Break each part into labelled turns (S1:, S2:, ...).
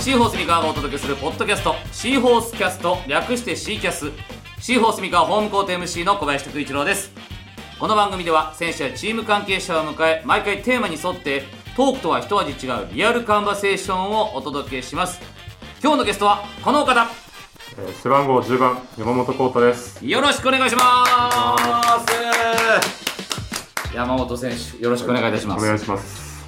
S1: シーホース三河がお届けするポッドキャストシーホースキャスト略してシーキャスシーホース三河ホームコート MC の小林拓一郎ですこの番組では選手やチーム関係者を迎え毎回テーマに沿ってトークとは一味違うリアルカンバセーションをお届けします今日のゲストはこのお方
S2: えー背番号10番山本幸太です
S1: よろしくお願いします山本選手よろしくお願いいたしま
S2: お願い
S1: す
S2: します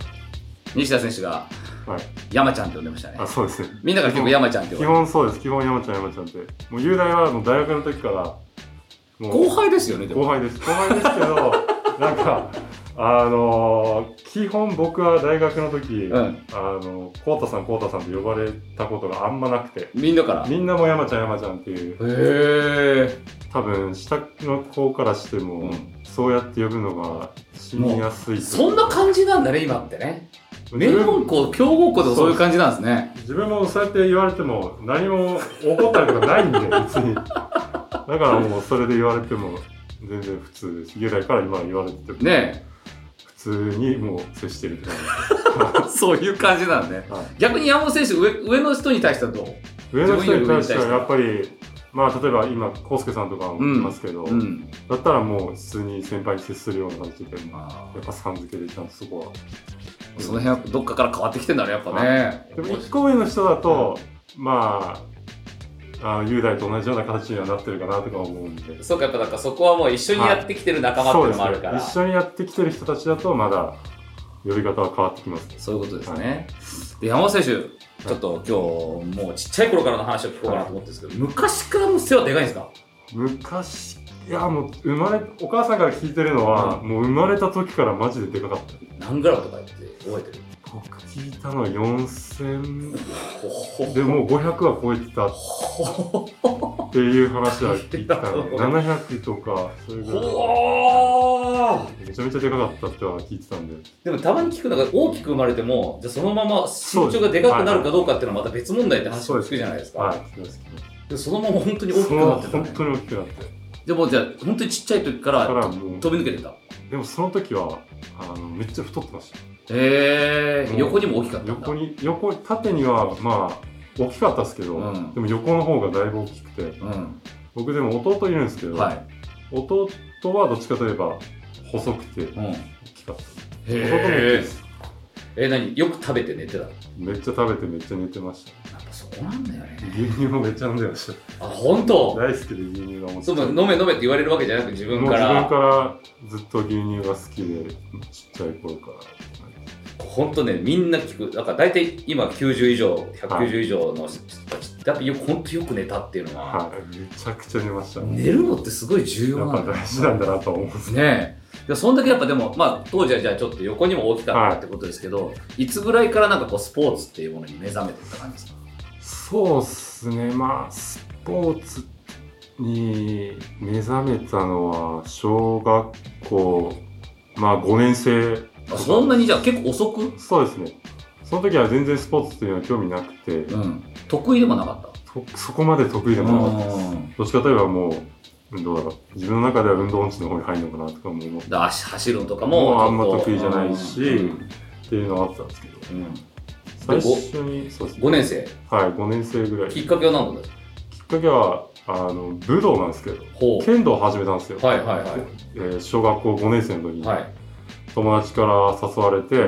S1: 西田選手が
S2: はい
S1: 山ちゃんって呼んでましたね
S2: あそうですね
S1: みんなから結構山ちゃんって
S2: 基
S1: 呼ばれ
S2: 本そうです基本山ちゃん山ちゃんってもう雄大はもう大学の時からもう
S1: 後輩ですよねで
S2: 後
S1: も
S2: 輩です後輩ですけど なんかあのー基本僕は大学の時、
S1: うん
S2: あの幸太さん幸太さんと呼ばれたことがあんまなくて
S1: みんなからへ
S2: みんなも山ちゃん山ちゃんっていう
S1: え
S2: 多分下の子からしても、
S1: うん
S2: そうやって呼ぶのが死にやすいというか
S1: そんな感じなんだね今ってね名門校強豪校でもそういう感じなんですね
S2: 自分もそうやって言われても何も怒ったりとかないんで別にだからもうそれで言われても全然普通です雄大から今言われてても
S1: ね
S2: 普通にもう接してるって
S1: え
S2: 感
S1: そういう感じなんだね
S2: じ、はい、
S1: 逆に山本選手上上の人に対してはどう
S2: 上の人に対してはやっぱりまあ例えば今康介さんとかもいますけど、
S1: うん
S2: だったらもう普通に先輩に接するような感じでや
S1: あ
S2: っぱさん付けでちゃんとそこは
S1: ーその辺はどっかから変わってきてんだねやっぱね
S2: でも1個上の人だと、まああ雄大と同じような形にはなってるかなとか思うんで
S1: そうかやっぱだからそこはもう一緒にやってきてる仲間っていうのもあるから、
S2: そうですね、一緒にやってきてる人たちだとまだ呼び方は変わってきます
S1: そういうことですね。で山本選手、ちょっと今日、もうちっちゃい頃からの話を聞こうかなと思ってるんですけど、昔からもう背はでかいんですか
S2: 昔いやもう生まれお母さんから聞いてるのは、
S1: う
S2: もう生まれた時からマジででかかった
S1: 何グラムとかって覚えてる
S2: 僕聞いたのは4000
S1: ほほ
S2: でもう500は超えてたっていう話は聞いた ね700とかそれぐらい
S1: ほー
S2: めちゃめちゃでかかったっては聞いてたんで
S1: でもたまに聞くのが大きく生まれても、じゃあそのまま身長がでかくなるかどうかっていうのはまた別問題って話を聞くじゃないですか。
S2: はいそうです
S1: でそのまま本当に大き
S2: そ
S1: くな
S2: の
S1: ってた、
S2: 本
S1: ね。
S2: 当に大きくなって
S1: でもじゃあ本当にちっちゃい時から
S2: からもう
S1: 飛び抜けてた。
S2: でもその時はあのめっちゃ太ってました
S1: へえ
S2: う
S1: ー、
S2: ん
S1: 横にも大きかったんだ。
S2: 横に横縦にはまあ大きかったですけど、
S1: うん
S2: でも横の方がだいぶ大きくて
S1: う
S2: 僕でも弟いるんですけど、
S1: ん。はい。
S2: 弟はどっちかといえば細くて
S1: うん。へ
S2: 大きかった弟も大きいで
S1: え。
S2: す
S1: えー、何よく食べて寝てたの
S2: めっちゃ食べてめっちゃ寝てました
S1: やっぱそうなんだよね。
S2: 牛乳もめっちゃ飲んでました
S1: あ、本当。
S2: 大好きで牛乳がも
S1: そう、飲め飲めって言われるわけじゃなく、自分
S2: もう
S1: か
S2: 自分
S1: ら。
S2: からずっと牛乳が好きでちっちゃい頃から
S1: 本当ね、みんな聞く、だから、大体今90以上、190以上の人たちって、やっぱよく、本当よく寝たっていうのは。
S2: はいめちゃくちゃ寝ました、
S1: 寝るのってすごい重
S2: や
S1: 要
S2: っ
S1: な
S2: ぱ
S1: んだね
S2: 大事なんだなと思うんです
S1: え。でそんだけやっぱでも、まあ、当時はじゃあちょっと横にも大きかったってことですけど、い、つぐらいからなんかこうスポーツっていうものに目覚めてった感じですか
S2: そうっすね、まあ、スポーツに目覚めたのは、小学校、まあ、5年生。
S1: あそんなにじゃあ結構遅く
S2: そうですね。その時は全然スポーツというのは興味なくて、
S1: うん。得意でもなかった。
S2: とそこまで得意でもなかったです。
S1: うん
S2: どっちかといえばもう、運動だろう。自分の中では運動音痴の方に入るのかなとかも思っ
S1: だから足走るのとかも
S2: もうあんま得意じゃないし、
S1: うん
S2: っていうのはあったんですけど、
S1: うん
S2: 最初に、そうですね。
S1: 5年生
S2: はい、5年生ぐらい。
S1: き
S2: き
S1: っ
S2: っ
S1: かけは何だったんですか
S2: かけは、あの、武道なんですけど、
S1: ほ
S2: 剣道を始めたんですよ。
S1: うはいはいはい
S2: えー小学校5年生の時に
S1: はい
S2: 友達から誘われて、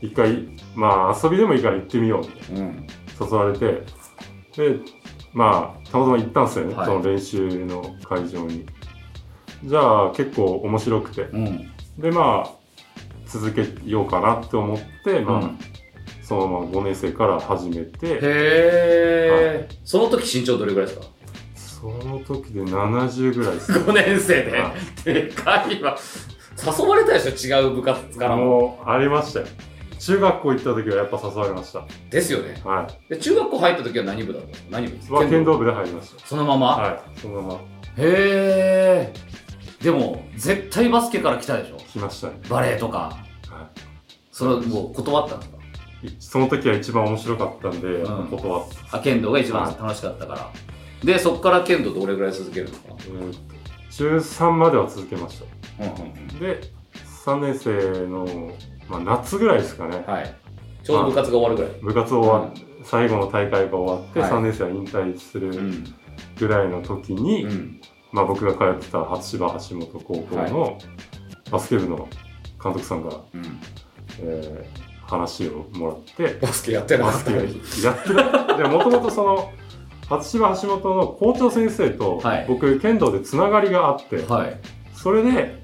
S2: 一回まあ遊びでもいいから行ってみようって
S1: うん
S2: 誘われてでまあたまたま行ったんですよね、
S1: はい
S2: その練習の会場にじゃあ結構面白くて
S1: うん
S2: でまあ続けようかなって思って、まあ
S1: うん
S2: そのまま5年生から始め
S1: へ
S2: て
S1: えその時身長どれぐらいですか
S2: その時で70ぐらいです
S1: 5年生で
S2: は
S1: でかいわ誘われたでしょ違う部活からも
S2: もうありましたよ中学校行った時はやっぱ誘われました
S1: ですよね
S2: は
S1: で中学校入った時は何部だったんですか何部です
S2: いは
S1: か
S2: 剣道部で入りまし
S1: そのま
S2: た
S1: ま
S2: はいそのまま
S1: へえでも絶対バスケから来たでしょ
S2: 来ましたね、
S1: バレーとか
S2: は
S1: それはもう断ったんですか
S2: い、その時は一番面白かったんで、
S1: うん
S2: 断っ
S1: あ剣道が一番楽しかったから、でそこから剣道どれぐらい続けるのか
S2: えー中3までは続けまし
S1: な、うんうん
S2: た。で、3年生の、まあ、夏ぐらいですかね
S1: うん、。はいちょうど部活が終わるぐらい、
S2: 部活終わっ、最後の大会が終わって、
S1: はい
S2: 3年生は引退す
S1: う
S2: る
S1: ん
S2: ぐらいの時に、
S1: うん、
S2: まあ、僕が通ってた初芝橋本高校のバスケ部の監督さんが、
S1: うん、
S2: えー話をもらって、
S1: バスケやってな
S2: バ
S1: かっ
S2: ス
S1: た
S2: ケ
S1: の
S2: を
S1: に
S2: やってた。で、もともとその、初芝橋本の校長先生と
S1: はい、
S2: 僕、剣道でつながりがあって、
S1: はい、
S2: それで、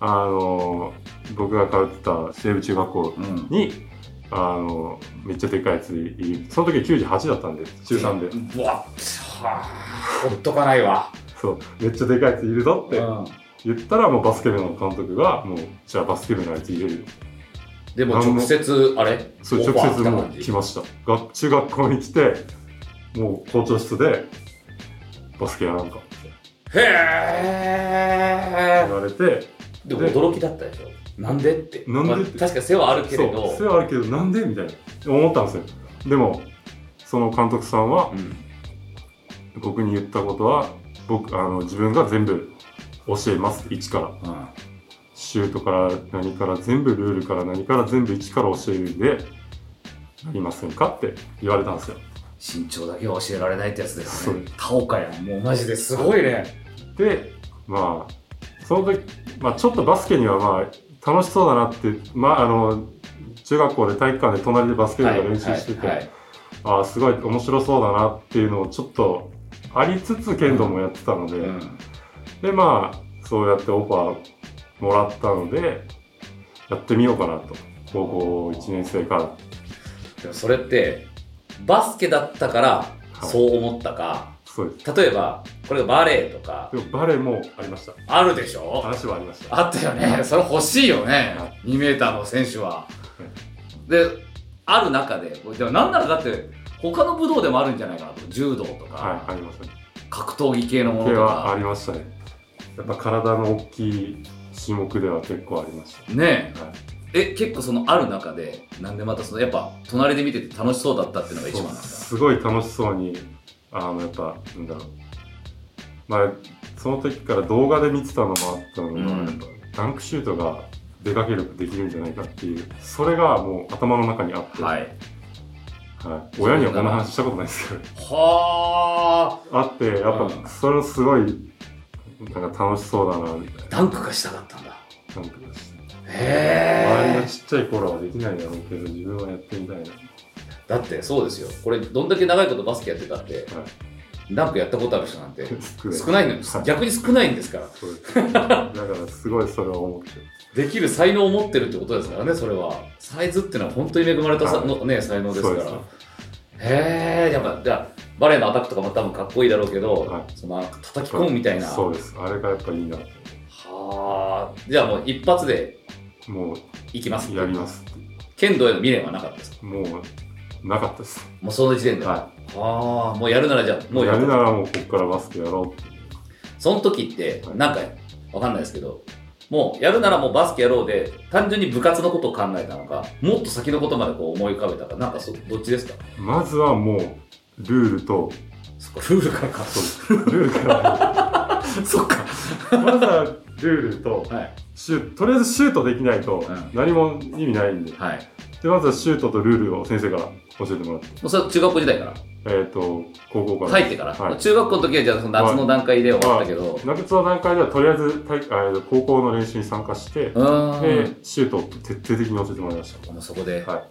S2: あの僕が通ってた西部中学校
S1: うん、
S2: に、あのめっちゃでかいやついその時98だったんで、中3
S1: う
S2: で。
S1: わっはあほっとかないわ
S2: そう、めっちゃでかいやついるぞ
S1: う
S2: って
S1: ん
S2: 言ったら、もうバスケ部の監督が、もう、じゃあバスケ部のあいつ入れるよ。
S1: でも直接あれ
S2: そう、
S1: オファ
S2: 直
S1: ー
S2: 接も
S1: 来た
S2: う
S1: 感じ
S2: 来ました。が中学校に来て、もう校長室で、バスケやらんかって
S1: へ
S2: 言われて、
S1: えでも驚きだったでしょなんでって
S2: なんでって
S1: まあ確か背はあるけれ
S2: そう、
S1: ど
S2: それはあるけど、なんでみたいな、思ったんですよ。でも、その監督さんは、
S1: うん
S2: 僕に言ったことは僕あの自分が全部教えます一から
S1: うん
S2: シュートから何から全部ルールから何から全部一から教えるんでなりませんかって言われたんですよ
S1: 身長だけは教えられないってやつだよ
S2: そう
S1: ねタオカやんもうマジですごいね
S2: でまあその時、まあ、ちょっとバスケにはまあ楽しそうだなってまああの中学校で体育館で隣でバスケ部が練習してて、
S1: はいはい
S2: ああすごい面白そうだなっていうのをちょっとありつつ剣道もやってたので、
S1: うん
S2: でまあそうやってオファーもらったのでやってみようかなと高校1年生から
S1: でもそれってバスケだったから
S2: はい
S1: そう思ったか、
S2: そうです
S1: 例えばこれがバレエとか
S2: でもバレーもありました
S1: あるでしょ
S2: 話はありました
S1: あったよね。それ欲しいよね
S2: は。
S1: 2メーターの選手は。で、ある中で、でもなんならだって、他の武道でもあるんじゃないかなと。柔道と
S2: は
S1: か、
S2: いありましたね
S1: 格闘技系のもの
S2: で
S1: と
S2: はあ
S1: か。
S2: りましたねやっぱ体の大きい種目では結構ありまし
S1: ね
S2: た、はい、
S1: え、え、結構そのある中で、なんでまたその、やっぱ隣で見てて楽しそうだったっていうのが一番なん
S2: そう
S1: です
S2: すごい楽しそうにあのやっぱなんだろうまあその時から動画で見てたのもあったのが、
S1: うん
S2: やっぱダンクシュートが出かけ力できるんじゃないかっていうそれがもう頭の中にあって、
S1: か。はい。
S2: はい、親にはこの話したことないですけど
S1: は
S2: あってやっ
S1: うん
S2: ぱそれすごいなんか楽しそうだなみたい
S1: あ。ダンクがしたかったんだ。
S2: ななんかですね周り
S1: へ
S2: が
S1: え。
S2: ちっちゃい頃はできないだろうけど自分はやってみたいな、
S1: だってそうですよ。これ、どんだけ長いことバスケやってたって、
S2: は
S1: ダンクやったことある人なんて、
S2: い、
S1: 少ないの よ
S2: はい
S1: 逆に少ないんですから。
S2: そうですだからすごいそれは思って
S1: できる才能を持ってるってことですからねそれはサイズっていうのは本当に恵まれたさ、
S2: はい
S1: のね、才能ですか
S2: そう
S1: ら
S2: ですね
S1: へえやっぱじゃあバレエのアタックとかも多分かっこいいだろうけど、
S2: は
S1: その叩き込むみたいな
S2: そうですあれがやっぱいいなって
S1: はあじゃあもう一発で
S2: も
S1: いきます
S2: うやります
S1: 剣道への未練はなかったですか
S2: もうなかったです
S1: もうその時点では
S2: は
S1: あもうやるならじゃあ
S2: い
S1: もうや
S2: や
S1: る
S2: るならもうここからバスケやろうって
S1: その時って
S2: はい
S1: なんかわかんないですけどもうやるならもうバスケやろうで単純に部活のことを考えたのかもっと先のことまでこう思い浮かべたかなんかそどっちですか
S2: まずはもうルールと
S1: そっか、ルールからか。
S2: そうですルールから
S1: そっか。
S2: まずはルールと
S1: はい。
S2: シュートとりあえずシュートできないと
S1: うん
S2: 何も意味ないんで,、
S1: はい。
S2: でまずはシュートとルールを先生から教えてもらって
S1: もうそれは中学校時代から。
S2: えっ、と高校から
S1: 入ってから。
S2: はい
S1: 中学校の時はじゃあその夏の段階で終わったけど。
S2: ナゲッツの段階ではとりあえず体育あえー高校の練習に参加して、
S1: うーん。
S2: でシュートを徹底的に教えてもらいました
S1: もうそこで。
S2: は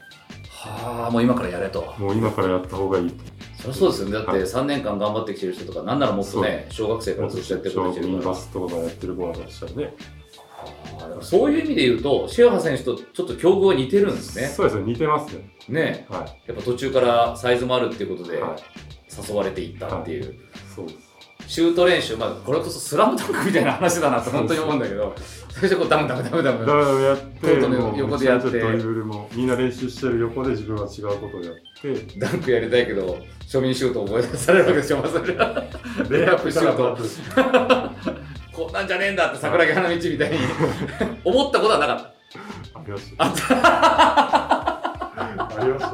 S1: はあ、もう今からやれと。
S2: もう今からやった方がいいと
S1: そりゃそうですよね。だって
S2: はい
S1: 3年間頑張ってきてる人とか、なんならもっとね、小学生からずっとやってる子た
S2: 小
S1: ちいる
S2: 学
S1: か
S2: バ
S1: ら。
S2: スとかがやってる子だしたらね
S1: あーでもそういう意味で言うと、シェアハ選手とちょっと境遇が似てるんですね。
S2: そうですね似てますね
S1: ね
S2: はい、
S1: やっぱ途中からサイズもあるっていうことで、
S2: はい、
S1: 誘われていったっていう。
S2: そうです
S1: シュート練習、まあ、これこそスラムダンクみたいな話だなと本当に思うんだけど、最初こうダムダムダムダ
S2: だ
S1: ム
S2: か。らやって
S1: コートの
S2: もう
S1: 横でやって
S2: めちゃめちゃドリブルもみんな練習してる横で自分は違うことをやって
S1: ダンクやりたいけど、庶民シュート覚えされるわけでしょ、まさに。レイアップシュートこんなんじゃねえんだって桜木花道みたいに思ったことはなかっ
S2: ありましたありました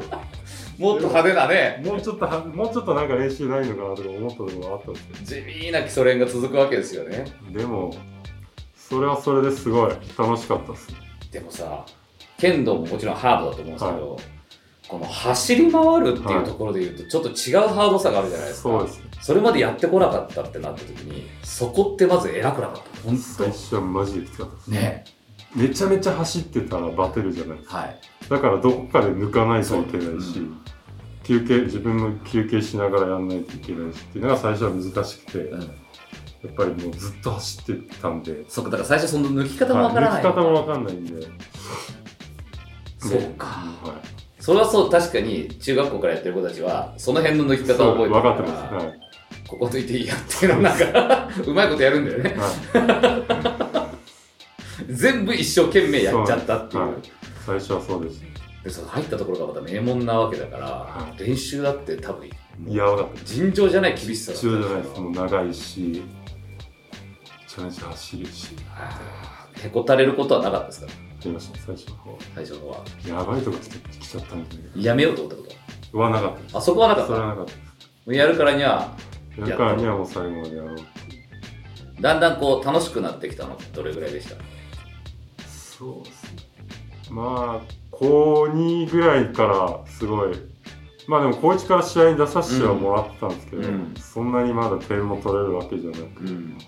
S1: もっと派手なね、
S2: もうちょっとは、もうちょっとなんか練習ないのかなとか思ったところがあったんですけ
S1: 地味な基礎練が続くわけですよね。
S2: ど。でも、それはそれですごい楽しかったです。
S1: でもさ、剣道ももちろんハードだと思うんですけど、この走り回るっていうところで言うと、ちょっと違うハードさがあるじゃないですか。
S2: そうですね。
S1: それまでやってこなかったってなった時に、そこってまず偉くなかった。本
S2: 最初はマジできつかったです。
S1: 当ね。
S2: めちゃめちゃ走ってたらバテるじゃないですか。
S1: はい。
S2: だからどこかで抜かないといけないし、
S1: うん
S2: 休憩、自分も休憩しながらやんないといけないしっていうのが最初は難しくて、
S1: う
S2: や
S1: ん。
S2: っぱりもうずっと走ってたんで、
S1: そっか、だから最初その抜き方もわからない。
S2: はい抜き方もわかんないんで、
S1: そうか。
S2: は
S1: それはそう、確かに中学校からやってる子たちは、その辺の抜き
S2: い。
S1: 方を覚えてる
S2: 分
S1: ら
S2: かってます。はい。
S1: ここ抜いていいやっていうのをなんか、 うまいことやるんだよね。
S2: はい
S1: 全部一生懸命やっちゃったっていう。
S2: はい最初はそうです。
S1: でその入ったところがまた名門なわけだから、
S2: は
S1: 練習だって多分
S2: いや、分かった。
S1: 尋常じゃない厳しさだった
S2: 必要じゃないです。もう長いし、めちゃめちゃ走るし、
S1: あーへこたれることはなかったですから
S2: やりました、最初の方。
S1: 最初のは
S2: やばいとこ来て来ちゃったんだけど、
S1: やめようと思ったこ
S2: はなかったで
S1: とあそこはなか
S2: す。
S1: っ
S2: そ
S1: た
S2: れは
S1: も
S2: なかったで
S1: うやるからには
S2: す。だからにはもう最後までやろう。
S1: だんだんこう楽しくなってきたのってどれぐらいでした
S2: そうですね。まあ、高2ぐらいからすごい、まあでも高1から試合に出させてはもらってたんですけど、
S1: うん
S2: そんなにまだ点も取れるわけじゃなく
S1: うん
S2: で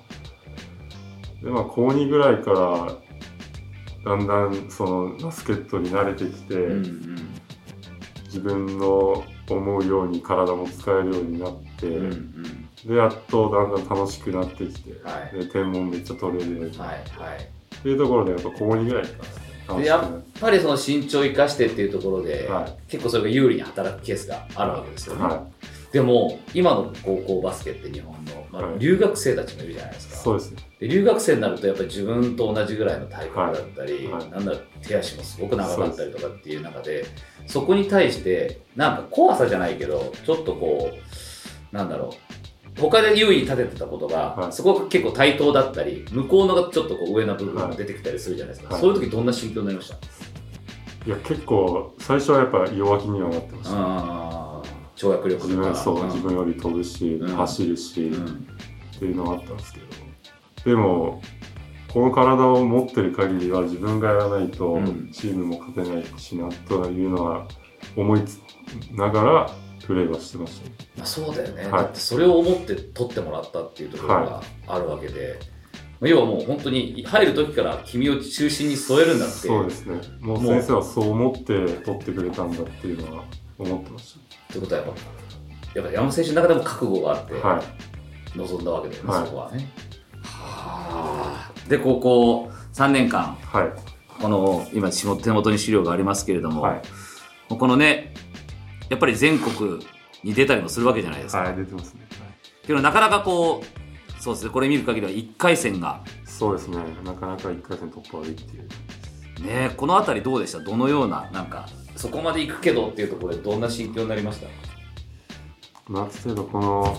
S2: まあ高2ぐらいからだんだんそのバスケットに慣れてきて、
S1: うんうん
S2: 自分の思うように体も使えるようになって、
S1: うんうん
S2: でやっとだんだん楽しくなってきて、
S1: はい
S2: で点もめっちゃ取れるように
S1: はいはい
S2: っていうところでやっぱ高2ぐらいから
S1: で
S2: 楽しく
S1: や
S2: なっ
S1: っぱりその身長を生かしてっていうところで、
S2: はい
S1: 結構それが有利に働くケースがあるわけです
S2: て、
S1: よね、
S2: は
S1: でも今の高校バスケって日本の、ま
S2: は
S1: あ、
S2: い
S1: 留学生たちもいるじゃないです
S2: い、
S1: か、
S2: そうですね
S1: で留学生になるとやっぱり自分と同じぐらいの体格だったり、
S2: はいはい
S1: なんだろう手足もすごく長かったりとかっていう中でそこに対してなんか怖さじゃないけどちょっとこうなんだろう他で優位に立ててたことが、
S2: はい
S1: そこが結構対等だったり向こうのがちょっとこう上な部分が出てきたりするじゃないですか、
S2: はい
S1: そういう時どんな心境になりました、
S2: いや結構最初はやっぱ弱気にはなってました、
S1: あー跳躍力
S2: 自
S1: と
S2: 分
S1: か
S2: そう、
S1: ん
S2: 自分より飛ぶし、
S1: うん
S2: 走るし、
S1: うん
S2: っていうのがあったんですけどでもこの体を持ってる限りは自分がやらないと
S1: うん
S2: チームも勝てないしなというのは思いつながらプレーはしてましたね
S1: まあ、そうだよね、
S2: はい
S1: だってそれを思って取ってもらったっていうところがあるわけで、まあ要はもう本当に入る時から君を中心に添えるんだって
S2: そうですねもう先生はそう思って取ってくれたんだっていうのは思ってまし
S1: ってことはやっぱやっぱ山本選手の中でも覚悟があって
S2: たはい
S1: 臨んだわけだよね、
S2: はい
S1: そこはね。はあで高校3年間
S2: はい
S1: この今手元に資料がありますけれども、
S2: はい
S1: このねやっぱり全国に出たりもするわけじゃないですか。
S2: はい出てますね
S1: けどなかなかこうそうですねこれ見る限りは1回戦が
S2: そうですねなかなか1回戦突破はできている
S1: ねえこの辺りどうでしたどのようななんかそこまで行くけどっていうところでどんな心境になりました
S2: 夏例えばこの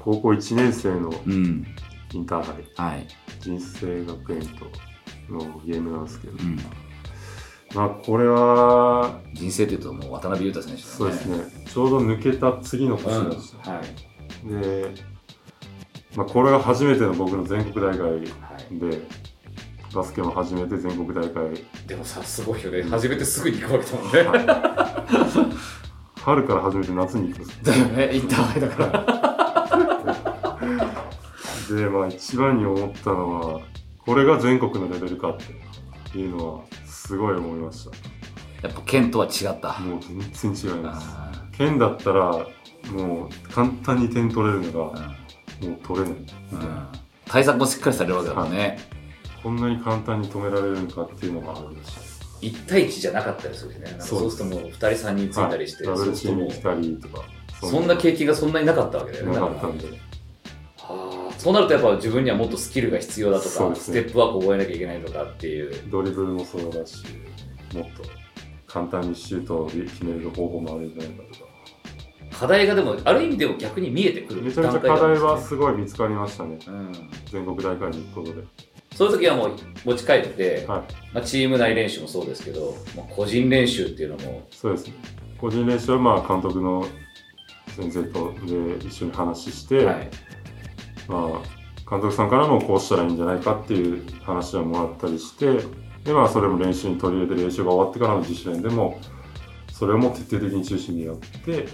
S2: 高校1年生の
S1: うん
S2: インターハ
S1: は
S2: イ
S1: い
S2: 人生学園とのゲームなんですけど、
S1: うん
S2: まあこれは
S1: 人生というともう渡辺裕太選手だね
S2: そうですねちょうど抜けた次の年
S1: うん
S2: なんですよ、
S1: はい
S2: で、まあ、これが初めての僕の全国大会
S1: は
S2: でバスケも初めて全国大会、
S1: いでもさすごいよね初めてすぐに行くわけだもんね
S2: はい春から初めて夏に行くんです
S1: だよねインターハイだから
S2: よでまあ一番に思ったのはこれが全国のレベルかっていうのはすごい思いまし
S1: やっぱ県とは違った
S2: たもう全然違います
S1: あ
S2: 県だったらもう簡単に点取れるのが
S1: ー
S2: もう取れない
S1: うんうん対策もしっかりされるわけだもんね
S2: こんなに簡単に止められるのかっていうのがあるらしい
S1: 1対1じゃなかったりするしねなんかそうするともう2人3人ついたりして
S2: ダブ
S1: そう
S2: ル
S1: す
S2: チ
S1: る
S2: ー
S1: と
S2: ム
S1: も
S2: に来たりとか
S1: うそんな経験がそんなになかったわけだよね
S2: な
S1: だ
S2: からったんで
S1: はあそうなるとやっぱ自分にはもっとスキルが必要だと
S2: そう
S1: か、
S2: です
S1: ス
S2: ね
S1: テップワークを覚えなきゃいけないとかっていう
S2: ドリブルもそうだしもっと簡単にシュートを決める方法もあるんじゃないかとか
S1: 課題がでもある意味でも逆に見えてくる
S2: めちゃめちゃ課
S1: 段階
S2: 題
S1: ではある
S2: は
S1: んです
S2: ごい見つかりましたね
S1: ねうん、
S2: 全国大会に行くことで
S1: そういう時はもう持ち帰って、
S2: はい
S1: まあ、チーム内練習もそうですけど、まあ、個人練習っていうのも
S2: そうですね個人練習はまあ監督の先生とで一緒に話して、
S3: はい
S2: まあ、監督さんからもこうしたらいいんじゃないかっていう話はもらったりしてで、まあ、それも練習に取り入れて練習が終わってからの自主練でもそれをもう徹底的に中心にやってっ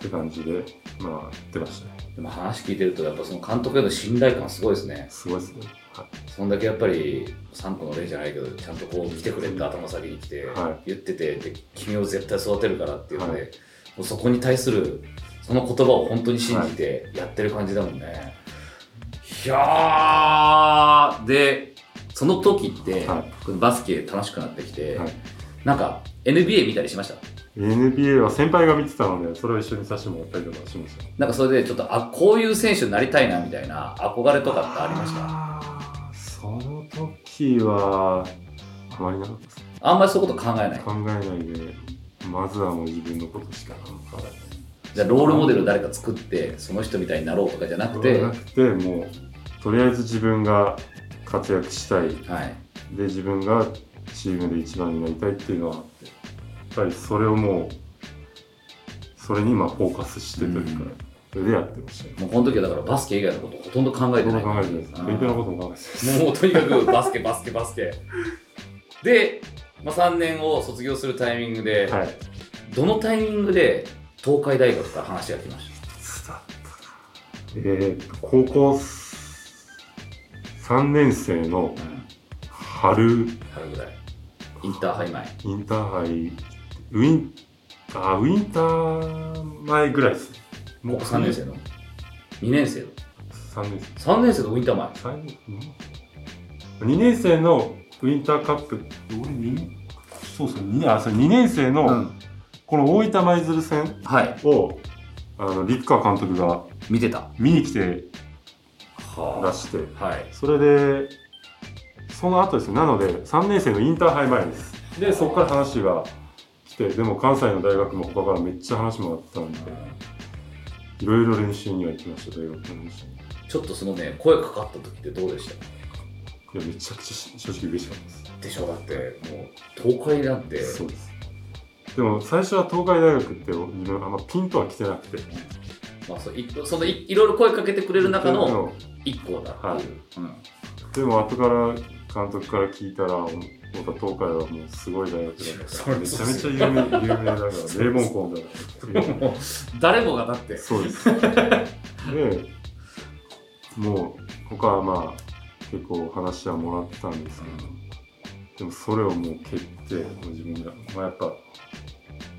S2: て感じで、まあ、やってましたね
S1: でも話聞いてると、やっぱその監督への信頼感すごいですね。
S2: すごいですねは
S1: そんだけやっぱり、3個の例じゃないけど、ちゃんとこう来てくれって頭先に来て、
S2: は
S1: 言っててで、君を絶対育てるからっていうので、
S2: は
S1: もうそこに対する、その言葉を本当に信じてやってる感じだもんね。
S3: いやーでその時って、
S2: は
S3: バスケ楽しくなってきて、
S2: はい
S3: なんか NBA 見たりしました
S2: い、NBA は先輩が見てたのでそれを一緒にさせてもらったりとかしました
S3: なんかそれでちょっとあこういう選手になりたいなみたいな憧れとかってありま した
S2: あーその時はあまりなかったです
S3: あんまりそういうこと考えない
S2: 考えないでまずはもう自分のことしかなんか
S3: じゃあロールモデル誰か作ってその人みたいになろうとかじゃなくて、
S2: な
S3: は
S2: くてもうとりあえず自分が活躍したい
S3: い、
S2: で自分がチームで一番になりたいっていうのはあってやっぱりそれをもうそれに今フォーカスしてというか、
S3: うん
S2: それでやってましたね
S3: もうこの時はだからバスケ以外のことほとんど考えて
S2: 僕
S3: な
S2: も
S3: い
S2: 考えてないです
S3: あー
S2: 勉強のことも考えてないです
S3: もうとにかくバスケバスケバスケで、まあ、3年を卒業するタイミングで、
S2: はい
S3: どのタイミングで東海大学から話が来ました
S2: えーと高校3年生の春
S3: 春ぐらいインターハイ前
S2: インターハイ、ウィン、あ、ウィンター前ぐらいですね。
S3: もう3年生の2年生の
S2: 3年生。
S3: 3年生のウィンター前
S2: 三年2年生のウィンターカップ、俺二そうですね、二年あ、それ2年生の、
S3: うん
S2: この大分舞鶴戦
S3: はい
S2: を、あの、立川監督が
S3: 見てた
S2: 見に来てら
S3: は
S2: して、
S3: あはい
S2: それで、その後ですね、なので、3年生のインターハイ前です。で、そこから話が来て、でも関西の大学も他からめっちゃ話もらってたんで、いろいろ練習には行きました、大学の練習に。い
S1: ちょっとそのね、声かかった時ってどうでした
S2: や、めちゃくちゃ正直嬉しかったで
S1: でしょだって、もう、東海なんて、
S2: す。そうです。でも、最初は東海大学って、自分あんまピンとは来てなくて。
S1: まあ、そういそのいいろいろ声かけてくれる中の一個だ
S2: は
S1: っ
S2: い
S1: ていう。うん
S2: でも、後から監督から聞いたら、僕は東海はもうすごい大学だったから、めちゃめちゃ有名有名だから、名門校だから。
S1: もう 誰もがだって、
S2: そうです。で、もう、他はまあ、結構話はもらってたんですけど、でもそれをもう蹴って、もう自分が、まあやっぱ、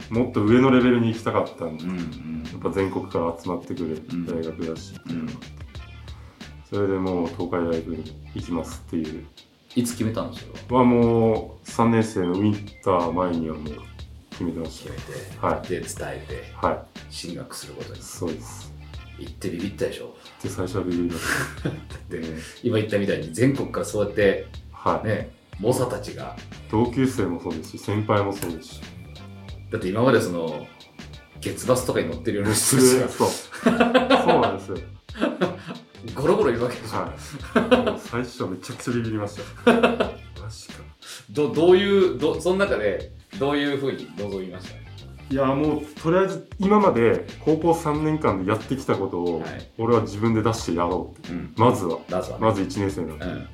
S2: もっと上のレベルに行きたかったんで、
S3: うんう
S2: や
S3: ん
S2: っぱ全国から集まってくる
S3: うん
S2: 大学だし、
S3: うん
S2: それでもう東海大学に行きますっていう、
S3: いつ決めたんですよ
S2: はもう3年生のウィンター前にはもう決めてまし
S1: 決めて、
S2: た。はい。
S1: で、伝えて、
S2: は
S1: 進学することに
S2: い。。そうです。
S1: 行ってビビったでしょ。
S2: で、最初はビビりまし
S1: で、
S2: た。
S1: 今言ったみたいに全国からそうやって、
S2: はい。
S1: ね、猛者たちが、
S2: 同級生もそうですし先輩もそうですし
S1: だって今までその、月バスとかに乗ってるような人
S2: そ
S1: た
S2: う
S1: ちが
S2: そうなんですよ、
S1: ゴロゴロいるわけでしょ。
S2: はい、最初はめちゃくちゃビビりました マジか
S1: どどういうど、その中で、どういうふうに臨みまし
S2: いやもうとりあえず今まで高校3年間でやってきたことを、
S1: はい
S2: 俺は自分で出してやろうって
S1: たうん。
S2: まずは
S1: まずはね
S2: まず1年生なので
S1: うん。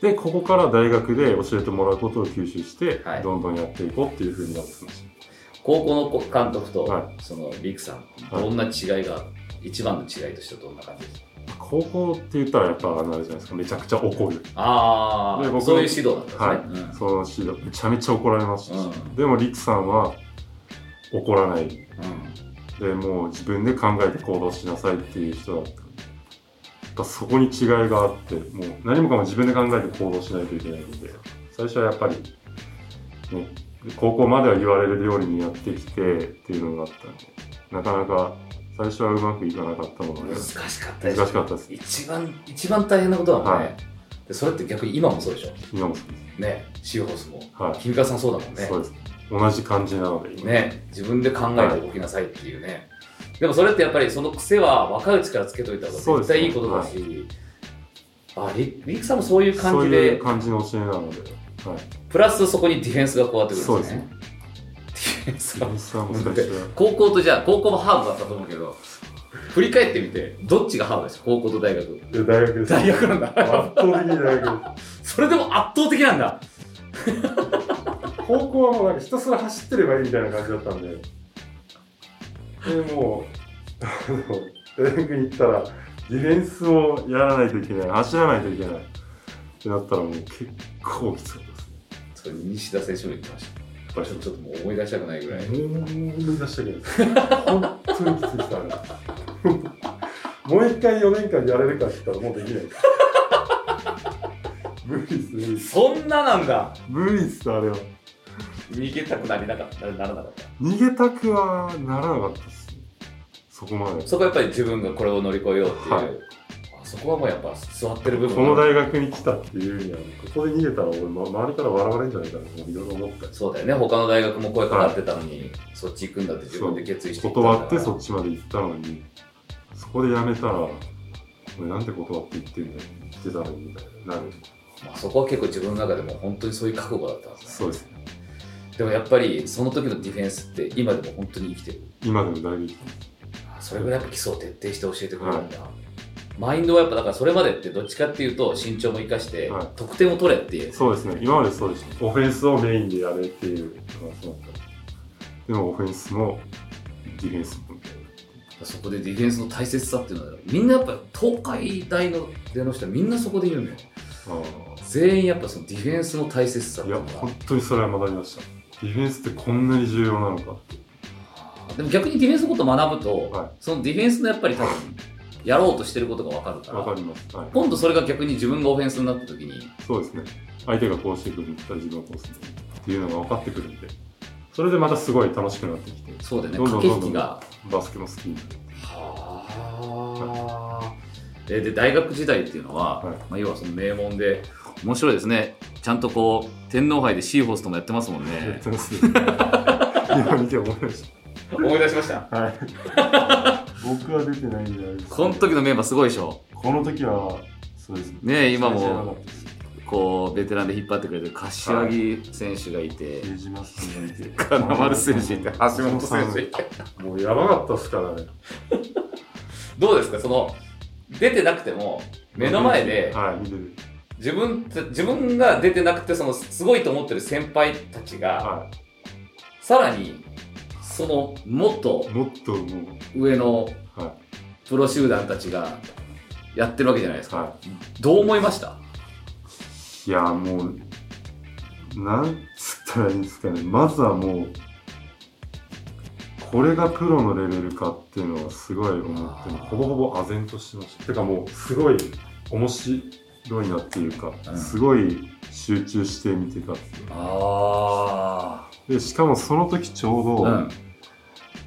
S2: でここから大学で教えてもらうことを吸収して、
S1: はい
S2: どんどんやっていこうっていうふうになってきまし
S1: 高校の監督と、
S2: は
S1: そのリクさん、
S2: はい
S1: どんな違いが、一番の違いとしてはどんな感じですか
S2: た高校って言ったらやっぱあのあれじゃないですかめちゃくちゃ怒る
S1: あ
S2: で
S1: あ、
S2: 僕
S1: そういう指導だったんですね。
S2: その指導めちゃめちゃ怒られましたし、
S1: う
S2: でもリクさんは怒らない
S1: うんうん
S2: でもう自分で考えて行動しなさいっていう人だったやっぱそこに違いがあってもう何もかも自分で考えて行動しないといけないので最初はやっぱり、ね、高校までは言われるようにやってきてっていうのがあったんでなかなか最初はうまくいかなかったので
S1: 難しかったで
S2: 難
S1: す
S2: しかったです
S1: 一番、一番大変なことだもんね。
S2: はい
S1: でそれって逆に今もそうでしょ。
S2: 今もそうで
S1: ね、シーホースも。
S2: すはい、
S1: 君川さんそうだもんね
S2: そう。です同じ感じなので今
S1: ね、自分で考えて動きなさいっていうね。でもそれってやっぱりその癖は若いうちからつけといた方が
S2: そうで
S1: 絶
S2: すね
S1: 対いいことだし、あリリクさんもそういう感
S2: そう
S1: じ
S2: い
S1: で
S2: う感じの教えなので、はい、
S1: プラスそこにディフェンスが加わってくるんですね。
S2: そうですね
S1: ねそう
S2: テニスは難しいな
S1: 高校とじゃあ高校もハーブだったと思うけど振り返ってみてどっちがハーブでした高校と大学
S2: いや大学です
S1: 大
S2: 圧
S1: 学なんだ
S2: 倒的に大学です
S1: それでも圧倒的なんだ
S2: 高校はもうなんかひたすら走ってればいいみたいな感じだったんででもうあの大学に行ったらディフェンスをやらないといけない走らないといけないってなったらもう結構きつかったですね
S1: それ西田選手も言ってました
S2: やっぱり
S1: ちょっとちょっともう思い出したくないぐらい
S2: もう思い出したけど、本当にきついです、あれ。もう一回4年間やれるかって言ったらもうできないです。 無理です、無理です。
S1: そんななんだ
S2: 無理です、あれは。
S1: 逃げたくなりなかったならなかった
S2: 逃げたくはならなかったですね。そこまで。
S1: そこはやっぱり自分がこれを乗り越えようっていう、
S2: はい
S1: あそこはもうやっぱ座ってる部分
S2: この大学に来たっていうには、ここで逃げたら俺、ま、周りから笑われるんじゃないかなとかいろいろ思ったり
S1: そうだよね他の大学も声かかってたのに、そっち行くんだって自分で決意して行たんだ
S2: 断っ
S1: か
S2: て
S1: ら
S2: そっちまで行ったのに、そこで辞めたら、俺なんで断って行ってんだよ、来てたのにみたいになる。
S1: まあ、そこは結構自分の中でも本当にそういう覚悟だったんですね
S2: そうですね。
S1: でもやっぱりその時のディフェンスって今でも本当に生きてる
S2: 今でもだいぶ生きてます
S1: それぐらいやっぱ基礎を徹底して教えてくれたんだ、マインドはやっぱだからそれまでってどっちかっていうと身長も生かして
S2: はい
S1: 得点を取れっていう、
S2: そうですね、今までそうでした。オフェンスをメインでやれっていうのがそうだった。でもオフェンスもディフェンスもみたい
S1: そこでディフェンスの大切さっていうのはみんなやっぱ東海大の出の人はみんなそこで言うんだよ
S2: な。
S1: 全員やっぱそのディフェンスの大切さっ
S2: あー
S1: ていう
S2: いや、
S1: のが
S2: 本当にそれは学びました。ディフェンスってこんなに重要なのかって。
S1: でも逆にディフェンスのことを学ぶと、
S2: はい
S1: そのディフェンスのやっぱり多分やろうとしてることが分かるから
S2: わかります。はい。
S1: 今度それが逆に自分がオフェンスになった時に
S2: そうですね。相手がこうしてくるんだったら自分はこうするっていうのが分かってくるんで。それでまたすごい楽しくなってきて、
S1: そうだよね
S2: どんど
S1: 駆け引
S2: んどんどん
S1: きが
S2: バスケも好きになって。
S1: はあでで大学時代っていうのは、
S2: はい
S1: まあ、要はその名門で面白いですねちゃんとこう天皇杯でシーホースともやってますもん
S2: やっ
S1: ね
S2: てます、ね。今見て思いまし
S1: 思い出しました
S2: た。はい。僕は出てないんじゃないですか
S1: この時のメンバーすごいでしょ
S2: この時は、そうですね。
S1: ねえ今もこうベテランで引っ張ってくれてる柏木選手がいて、
S2: 比江島さんがいて、
S1: 金丸選手いて橋本選手いて
S2: 手。もうやばかったっすからね。
S1: どうですかその出てなくても目の前で
S2: はい、見てる。
S1: 自分た自分が出てなくてそのすごいと思ってる先輩たちが
S2: は
S1: さらにそのもっと
S2: い。もっとも
S1: 上の
S2: う、は
S1: プロ集団たちがやってるわけじゃないです
S2: い。
S1: か
S2: は
S1: どう思いました
S2: い。いや、もう、なんつったらいいんですかね。まずはもう、これがプロのレベルかっていうのはすごい思っても、ほぼほぼ唖然としてました。てかもう、すごい面白いなっていうか、
S1: うん
S2: すごい集中して見てたっていう
S1: あ
S2: で、しかもその時ちょうど、
S1: うん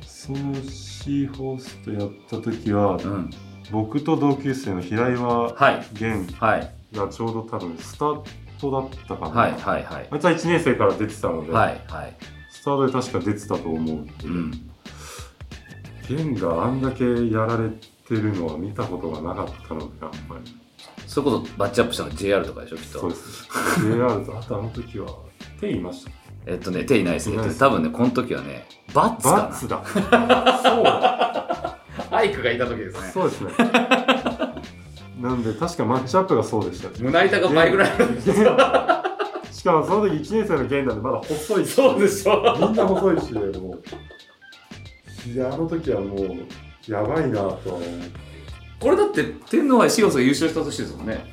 S2: そのシーホースとやった時は、
S1: うん
S2: 僕と同級生の平岩
S1: はい
S2: 源
S1: はい
S2: がちょうど多分スタートだったかな、
S1: はいはいはい
S2: あいつは1年生から出てたので、
S1: はいはい
S2: スタートで確か出てたと思う
S1: うん
S2: 源があんだけやられてるのは見たことがなかったのであんまり
S1: それこそバッチアップしたの JR とかでしょきっ
S2: そう
S1: と
S2: です JR とあとあの時は手いました
S1: えっとね手いないですね
S2: いないです
S1: 多分ねこの時はねバッツか
S2: バ
S1: な
S2: ツだそうだ
S1: アイクがいた時です
S2: そうですねなんで確かマッチアップがそうでした
S1: 胸板が倍ぐらい
S2: しかもその時1年生の源なんでまだ細いし
S1: そうでしょ
S2: みんな細いし、もう。いや、あの時はもう、やばいなとは思う。
S1: これだって天皇杯シオスが優勝した年ですもんね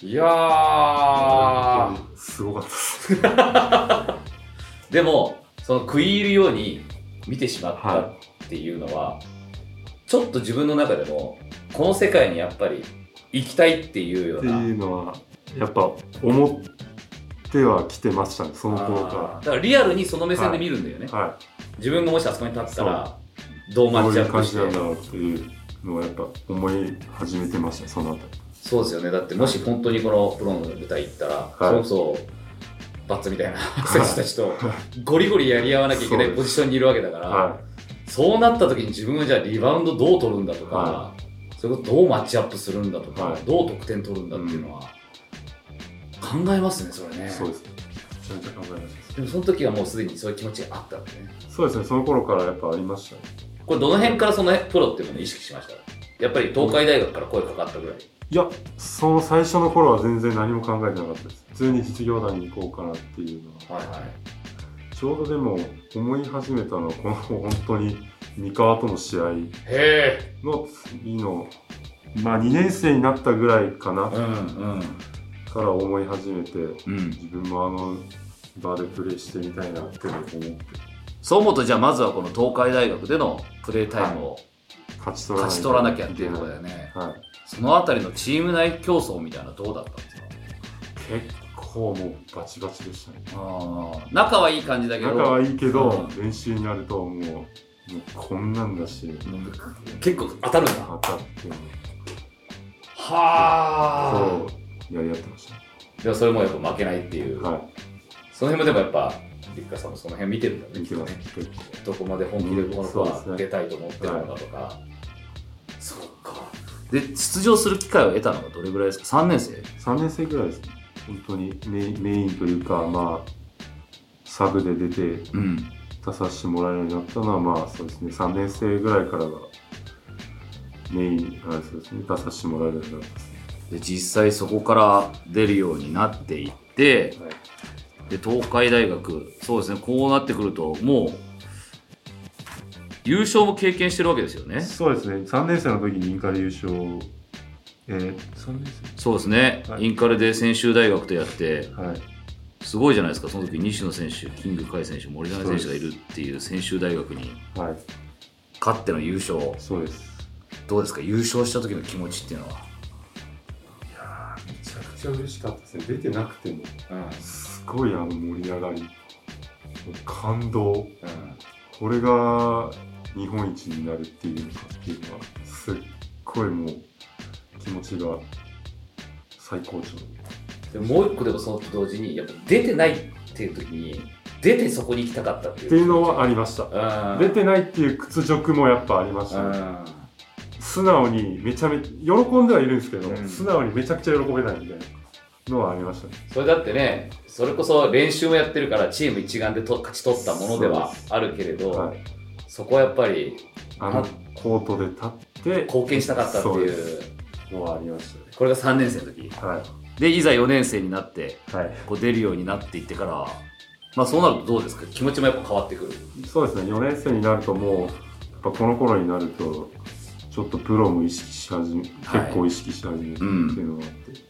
S1: いやー
S2: すごかったです。
S1: でもその食い入るように見てしまった
S2: は
S1: っていうのは、ちょっと自分の中でもこの世界にやっぱり行きたいっていうよ
S2: っ
S1: う
S2: て
S1: な
S2: いうのは、やっぱ、思っては来てましたね、その頃
S1: あ
S2: か
S1: ーだからリアルにその目線で見るんだよね、
S2: ら。は
S1: 自分がもしあそこに立ったらどう
S2: い。
S1: マ
S2: こ
S1: ッ
S2: う
S1: チ
S2: い
S1: ア
S2: う
S1: ッ
S2: 感
S1: プし
S2: じなん
S1: て
S2: だろうっていうのは、やっぱ、思い始めてました、そのあたり。
S1: そうですよねだってもし本当にこのプロの舞台行ったら、
S2: はい
S1: それこそバッツみたいな選手たちとゴリゴリやり合わなきゃいけない
S2: そうです
S1: ポジションにいるわけだから、
S2: は
S1: そうなった時に自分はじゃあリバウンドどう取るんだとか、
S2: は
S1: それこそどうマッチアップするんだとか、
S2: はい
S1: どう得点取るんだっていうのは、考えますねそれね
S2: い。そうです。めちちゃめちゃ考えました
S1: でもその時はもうすでにそういう気持ちがあったんでね。
S2: そうですねその頃からやっぱありましたね
S1: これどの辺からそのプロっていうものを意識しましたやっぱり東海大学から声かかったぐらい。
S2: いやその最初の頃は全然何も考えてなかったです普通に実業団に行こうかなっていうのは
S1: はいはい。
S2: ちょうどでも思い始めたのはこの本当に三河との試合
S1: へ
S2: の次のまあ2年生になったぐらいかな
S1: え。うん
S2: から思い始めて
S3: うん。うん。
S2: 自分もあの場でプレーしてみたいなっていうのを思って
S3: そう思うと、じゃあまずはこの東海大学でのプレータイムを
S2: 勝ち取
S3: 勝
S2: らない
S3: ち
S2: と
S3: 取らなきゃっていうところだよね。
S2: はい
S3: そのあたりのチーム内競争みたいなのはどうだったんですか
S2: 結構もうバチバチでしたね
S3: あー仲はいい感じだけど、
S2: 仲はいいけど、
S3: う
S2: 練習になるともうもうこんなんだし
S3: うん
S1: 結構当たるんだ。
S2: 当たっても
S1: は
S2: こうやり合ってましたね
S1: あ。でもそれもやっぱ負けないっていう。
S2: はい
S1: その辺もでもやっぱ、リッカさんもその辺見てるんだね。
S2: 見てま
S1: きっ
S2: す
S1: とね
S2: 結構
S1: どこまで本気でこの子
S2: うんそうです
S1: は
S2: ね
S1: 出たいと思ってるのかとか。そうか。
S3: で出場する機会を得たのがどれぐらいですか3年生
S2: 3年生ぐらいですね本当にメインメインというかまあサブで出て
S3: うん
S2: 出させてもらえるようになったのはまあそうですね3年生ぐらいからがメインあれそうですね出させてもらえるようになったですね
S3: で実際そこから出るようになっていって
S2: はい
S3: で東海大学そうですねこうなってくるともう優勝も経験してるわけですよね
S2: そうですね3年生の時にインカレ優勝えー、3年
S3: そうですね、
S2: はい
S3: インカレで専修大学とやって
S2: 生はい
S3: すごいじゃないですかその時西野選手キング海選手森永選手がいるっていう専修大学に
S2: はい
S3: 勝っての優勝
S2: そうです
S3: どうですか優勝した時の気持ちっていうのはい
S2: やーめちゃくちゃ嬉しかったですね出てなくても
S1: うん。うん。
S2: すごいあの盛り上がりもう感動これが日本一になるっていうのかっていうのはすっごいもう気持ちが最高潮
S1: でももう一個でもそのと同時に、やっぱ出てないっていう時に、出てそこに行きたかったっていう。
S2: っていうのはありました
S1: は
S2: 出てないっていう屈辱もやっぱありましたね素直にめちゃめちゃ喜んではいるんですけど、
S1: うん
S2: 素直にめちゃくちゃ喜べないみたいなのはありましたね
S1: それだってね、それこそ練習もやってるから、チーム一丸でと勝ち取ったものではあるけれど、そ
S2: はい
S1: こはやっぱり
S2: あのコートで立って
S1: 貢献したかったって
S2: そう
S1: い
S2: で
S1: う、
S2: のはありまし
S3: これが3年生の時
S2: たねは
S3: でいざ4年生になって
S2: い、はい、
S3: こう出るようになっていってからはまあそうなるとどうですか
S1: 気持ちもやっぱ変わってくる。
S2: そうですね4年生になるともうやっぱこの頃になるとちょっとプロも意識し始め
S3: はい
S2: 結構意識し始めるっていうのがあって、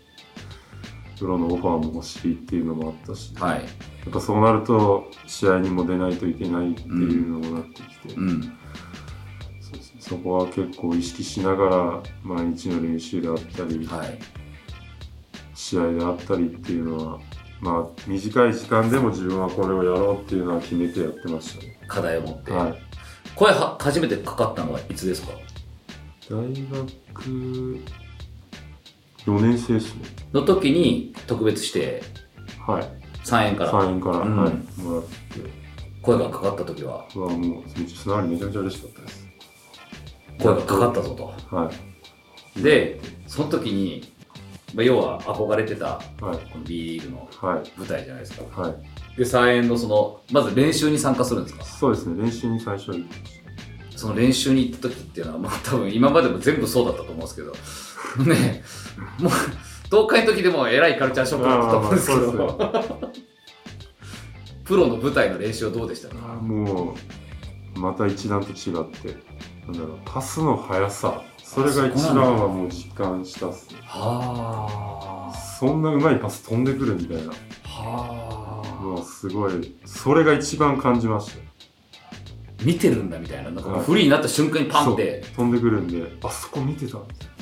S2: プロのオファーも欲しいっていうのもあったし、
S3: はい
S2: やっぱそうなると試合にも出ないといけないっていうのもなってきて、
S3: うん
S2: そうですね、そこは結構意識しながら毎日の練習であったり、
S3: はい
S2: 試合であったりっていうのはまあ短い時間でも自分はこれをやろうっていうのは決めてやってましたね。
S3: 課題を持って、
S2: はい
S3: 声は初めてかかったのはいつですか
S2: 大学4年生ですね
S3: の時に特別して
S2: はい
S3: 3円から
S2: 3円から、
S3: うん
S2: はい、もらって
S3: 声がかかった時は
S2: はもう素直にめちゃめちゃ嬉しかったです
S3: 声がかかったぞと
S2: はい
S3: でその時に、まあ、要は憧れてた
S2: はい
S3: この B リーグの
S2: はい
S3: 舞台じゃないですか
S2: はい
S3: で3円のそのまず練習に参加するんですか
S2: そうですね練習に最初は行きまし
S3: その練習に行った時っていうのは、まあ多分今までも全部そうだったと思うんですけど、ねえ、もう、東海の時でもえらいカルチャーショックだったと思うんですけ
S2: あーまあ
S3: ど、プロの舞台の練習はどうでした
S2: た
S3: か
S2: あーもうまた一段と違ってなんだろうパスの速さそれが一番はもう実感したっすね
S3: は
S2: そんなうまいパス飛んでくるみたいな
S3: あ、は
S2: もうすごいそれが一番感じました
S3: あ、見てるんだみたいな、なんかもうフリーになった瞬間にパンって、
S2: そう飛んでくるんであそこ見てたんです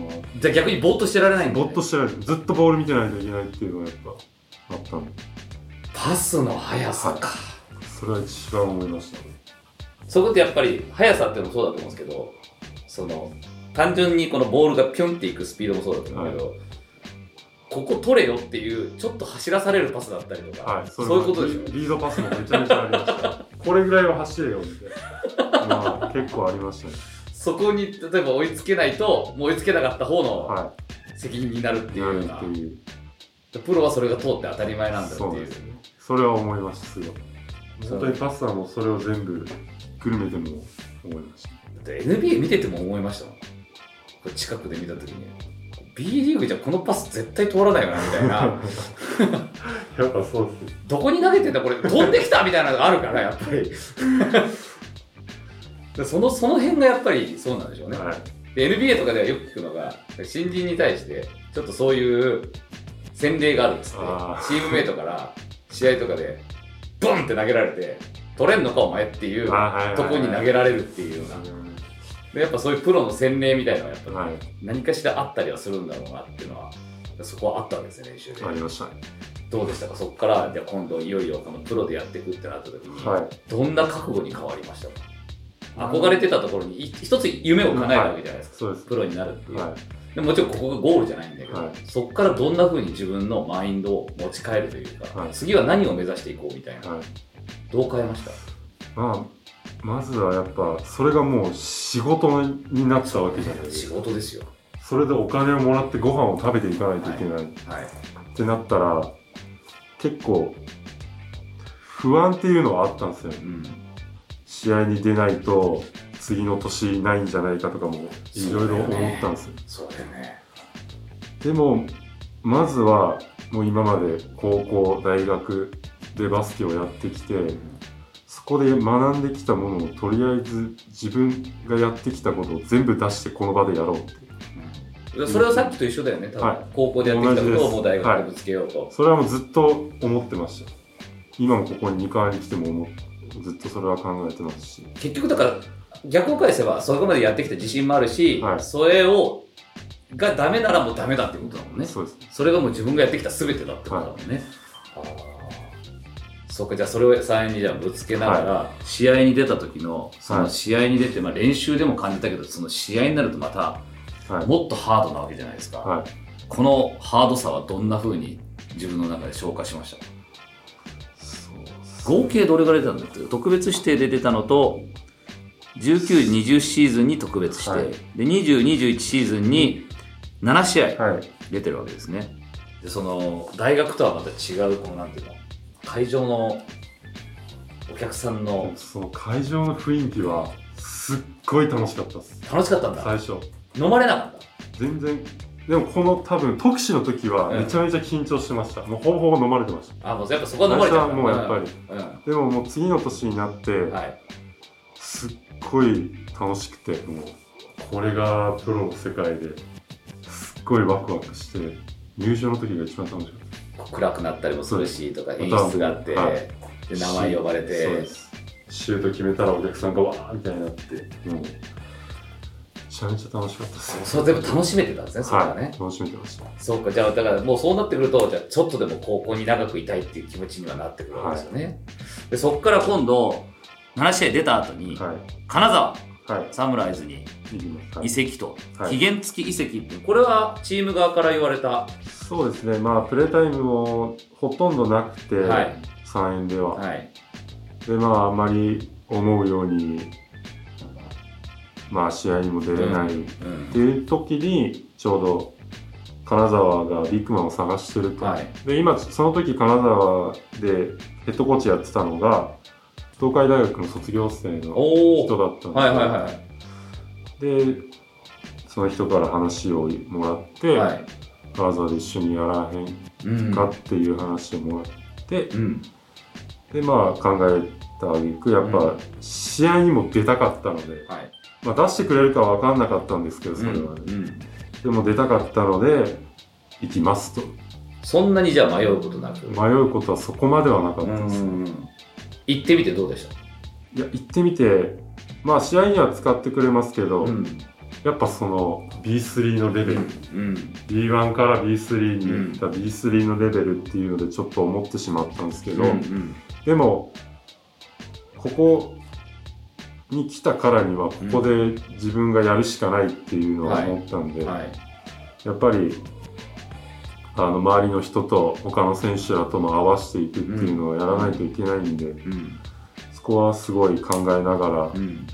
S2: もう
S3: じゃあ逆にぼーっとしてられないんだ、
S2: ぼ
S3: ね、
S2: ーっとしてないですずっとボール見てないといけないっていうのがやっぱあったんで
S1: パスの速さか。
S2: それは一番思いましたね
S1: そこってやっぱり速さっていうのもそうだと思うんですけど、その、単純にこのボールがピュンっていくスピードもそうだと思うけど、ここ取れよっていう、ちょっと走らされるパスだったりとか、
S2: はい
S1: そ
S2: れ
S1: ういうことでしょ。
S2: リードパスもめちゃめちゃありましたこれぐらいは走れよみたいな、まあ、結構ありましたね
S1: そこに、例えば追いつけないと、もう追いつけなかった方の
S2: は
S1: 責任になるっ
S2: い
S1: ていうような
S2: なんていう
S1: じゃあプロはそれが通って当たり前なんだって
S2: そう
S1: い
S2: で
S1: う
S2: すねそれは思いましたすごい
S1: そう
S2: 本当にパスタもそれを全部グルメでも思いました
S1: だって NBA 見てても思いましたもんこれ近くで見た時に B リーグじゃこのパス絶対通らないよなみたいな
S2: やっぱそうですね
S1: どこに投げてんだこれ飛んできたみたいなのがあるからやっぱり でそのその辺がやっぱりそうなんでしょうね
S2: はい
S1: で NBA とかではよく聞くのが新人に対してちょっとそういう洗礼があるっつって
S2: あー
S1: チームメイトから試合とかでボンって投げられて取れんのかお前っていう
S2: あはいはいはい
S1: とこに投げられるっていうようなでやっぱそういうプロの洗礼みたいなのはやっぱ
S2: うんはい
S1: 何かしらあったりはするんだろうなっていうのはそこはあったんですね練習で、
S2: ありましたね
S1: どうでしたかそこからじゃあ今度いよいよこのプロでやっていくってなった時に、
S2: はい
S1: どんな覚悟に変わりましたか憧れてたところにい一つ夢を叶えたわけじゃないですか、
S2: そうです
S1: プロになるっていう、
S2: は
S1: でもちろんここがゴールじゃないんだけど、
S2: はい
S1: そこからどんな風に自分のマインドを持ち帰るというか、
S2: はい
S1: 次は何を目指していこうみたい
S2: い
S1: な、
S2: はい
S1: どう変えました
S2: まあまずはやっぱそれがもう仕事になったわけじゃないです
S1: 仕
S2: か
S1: 事ですよ
S2: それでお金をもらってご飯を食べていかないといけない、
S1: はい
S2: ってなったら結構不安っていうのはあったんですよね
S1: うん
S2: 試合に出ないと次の年ないんじゃないかとかもいろ
S1: そう
S2: いろ
S1: だよね
S2: 思ったんですよ
S1: そうだよね
S2: でもまずはもう今まで高校大学でバスケをやってきてそこで学んできたものをとりあえず自分がやってきたことを全部出してこの場でやろうって
S1: でそれはさっきと一緒だよね、多分、
S2: はい
S1: 高校でやってきたことをもう
S2: 同じ
S1: 大
S2: です
S1: 学でぶつけようと、
S2: それはもうずっと思ってました今もここに2回に来ても思うずっとそれは考えてますし
S1: 結局だから逆を返せばそこまでやってきた自信もあるし、
S2: はい
S1: それをがダメならもうダメだってことだもんね
S2: そうです
S1: それがもう自分がやってきた全てだってことだもんね、そうかじゃあそれを3円にじゃあぶつけながら、試合に出た時のその試合に出て、まあ、練習でも感じたけどその試合になるとまた
S2: はい
S1: もっとハードなわけじゃないですか、
S2: はい
S1: このハードさはどんな風に自分の中で消化しました合計どれぐらい出たんだって特別指定で出たのと1920シーズンに特別指定、
S2: はい
S1: で2021シーズンに7試合
S2: はい
S1: 出てるわけですね、でその大学とはまた違うこのなんていうの会場のお客さんの
S2: その会場の雰囲気はすっごい楽しかったです
S1: 楽しかったんだ、
S2: 最初
S1: 飲まれなかっ
S2: 全然でもこの多分特使の時は
S1: うん
S2: めちゃめちゃ緊張してました、もうほぼほぼ飲まれてました
S1: たあもうやっぱそこは飲まれちゃった
S2: 最初はもうやっぱり、
S1: うん
S2: でももう次の年になって、
S1: うんはい、
S2: すっごい楽しくてもうこれがプロの世界ですっごいワクワクして入場の時が一番楽しかっ
S1: 暗くなったりもするしとか
S2: そう
S1: 演
S2: です
S1: 出があって、
S2: はい
S1: で
S2: た
S1: 名前呼ばれて
S2: そうですシュート決めたらお客さんがわーみたいになってもうめちゃめちゃ楽しかったです
S1: それ全部楽しめてたんですねそれはね、
S2: い、楽しめてました
S1: そうか、じゃあ、だからもうそうなってくると、じゃあ、ちょっとでも高校に長くいたいっていう気持ちにはなってくるわけですよね。でそこから今度、7試合出た後に、
S2: はい
S1: 金沢、
S2: はい
S1: サムライズに
S2: いきますはい
S1: 移籍と、
S2: はい
S1: 期限付き移籍っていう、これはチーム側から言われた、は
S2: そうですねまあプレータイムもほとんどなくて、
S1: い、は
S2: 3円では、
S1: い、
S2: でまああんまり思うようにまあ試合にも出れない、
S1: う
S2: って
S1: ん、
S2: いう時にちょうど金沢がビッグマンを探してると、
S1: はい、
S2: で今その時金沢でヘッドコーチやってたのが東海大学の卒業生の
S1: お
S2: 人
S1: お、
S2: だったんです
S1: はい
S2: よ
S1: はいはい
S2: でその人から話をもらって、
S1: はい、
S2: 金沢で一緒にやらへん
S1: うん、
S2: かっていう話をもらって、
S1: うん、
S2: でまあ考えた挙句やっ
S1: う
S2: ぱ試合にも出たかったので、
S1: はい、
S2: まあ、出してくれるかは分かんなかったんですけどそれはね、
S1: うんうん、
S2: でも出たかったので行きますと
S1: そんなにじゃあ迷うことなく、
S2: 迷うことはそこまではなかったです、
S1: ん、行ってみてどうでした
S2: いや行ってみてまあ試合には使ってくれますけど、
S1: ん、
S2: やっぱその B3 のレベル、
S1: うん、
S2: B1 から B3 に行った B3 のレベルっていうのでちょっと思ってしまったんですけど、
S1: うん、
S2: でもここに来たからにはここで自分がやるしかないっていうのは思ったんで、
S1: うん、はい。
S2: やっぱりあの周りの人と他の選手らとも合わせていくっていうのをやらないといけないんで、
S1: うん
S2: そこはすごい考えながら、
S1: うん、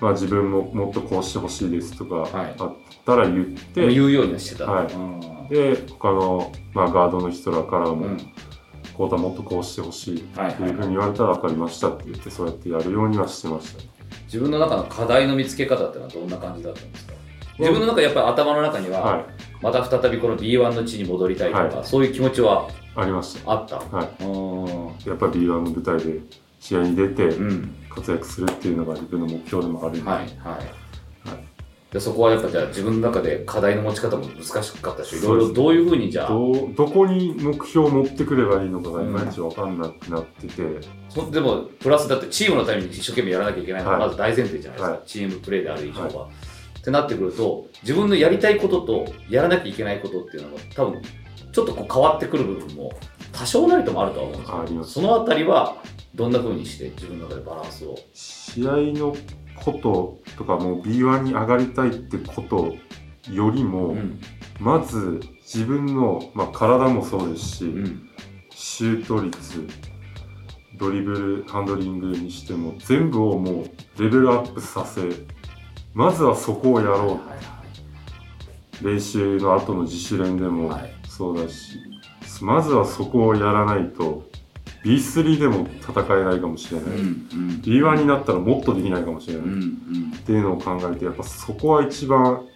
S2: まあ、自分ももっとこうしてほしいですとか
S1: はい
S2: あったら言って、
S1: 言うようにはしてた、
S2: はい
S1: うん
S2: で他の、まあ、ガードの人らから
S1: う
S2: も、
S1: ん
S2: こうだもっとこうしてほしいって
S1: はい
S2: いうふうに言われたら分かりましたって言ってそうやってやるようにはしてました、ね、
S1: 自分の中の課題の見つけ方ってのはどんな感じだったんですか自分の中やっぱり頭の中には、
S2: はい
S1: また再びこの B1 の地に戻りたいとか、
S2: は
S1: そういう気持ちは
S2: ありまし
S1: あった
S2: たは
S1: うーん
S2: いやっぱり B1 の舞台で試合に出て
S1: うん
S2: 活躍するっていうのが自分の目標でもあるんで、
S1: はいはい、でそこはやっぱじゃあ自分の中で課題の持ち方も難しかったしいろいろどういうふうにじゃあ
S2: どうどこに目標を持ってくればいいのかがいまいち分かんなくなってて、
S1: そでもプラスだってチームのために一生懸命やらなきゃいけないのが
S2: はい
S1: まず大前提じゃないですか、
S2: はい
S1: チームプレーである以上は、ってなってくると自分のやりたいこととやらなきゃいけないことっていうのが多分ちょっとこう変わってくる部分も多少なりともあるとは思うんですけ
S2: あり
S1: ど
S2: ます
S1: そのあたりはどんな風にして自分の中でバランスを
S2: 試合のこととかもう B1 に上がりたいってことよりも、
S1: うん
S2: まず自分の、まあ、体もそうですし、
S1: うん
S2: シュート率ドリブルハンドリングにしても全部をもうレベルアップさせまずはそこをやろう練習の後の自主練でも、
S1: はい
S2: そうだし、まずはそこをやらないと、B3 でも戦えないかもしれない。B1 になったらもっとできないかもしれない。っていうのを考えて、やっぱそこは一番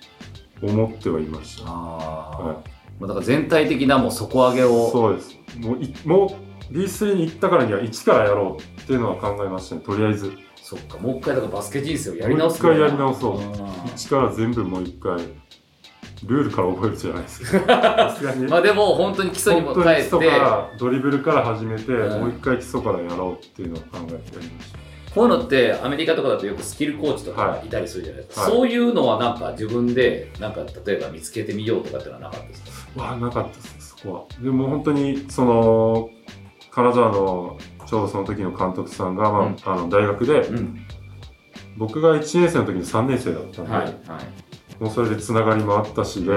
S2: 思ってはいました。
S1: あー
S2: は
S1: まあだから全体的なもう底上げを
S2: そうです。もうい、もう B3 に行ったからには一からやろうっていうのは考えましたね。とりあえず、
S1: そっかもう一回だからバスケ人生をやり直す
S2: もう一回やり直そう
S1: うん
S2: 一から全部もう一回、ルールから覚えるじゃないです か。さすがに。
S1: まあでも本当に基礎にも
S2: 本
S1: 帰
S2: 当
S1: って
S2: に基礎からドリブルから始めて、
S1: うん
S2: もう一回基礎からやろうっていうのを考えてやりました。
S1: こういうのってアメリカとかだとよくスキルコーチとか
S2: はい
S1: いたりするじゃないですか、
S2: はい
S1: そういうのはなんか自分でなんか例えば見つけてみようとかっていうのはなかったですか
S2: わあなかったですそこはでも本当にその金沢のちょうどその時の監督さんが、まあ
S1: うん
S2: あの大学で
S1: うん
S2: 僕が1年生の時に3年生だったんで、
S1: はいはい
S2: もうそれでつながりもあったしで、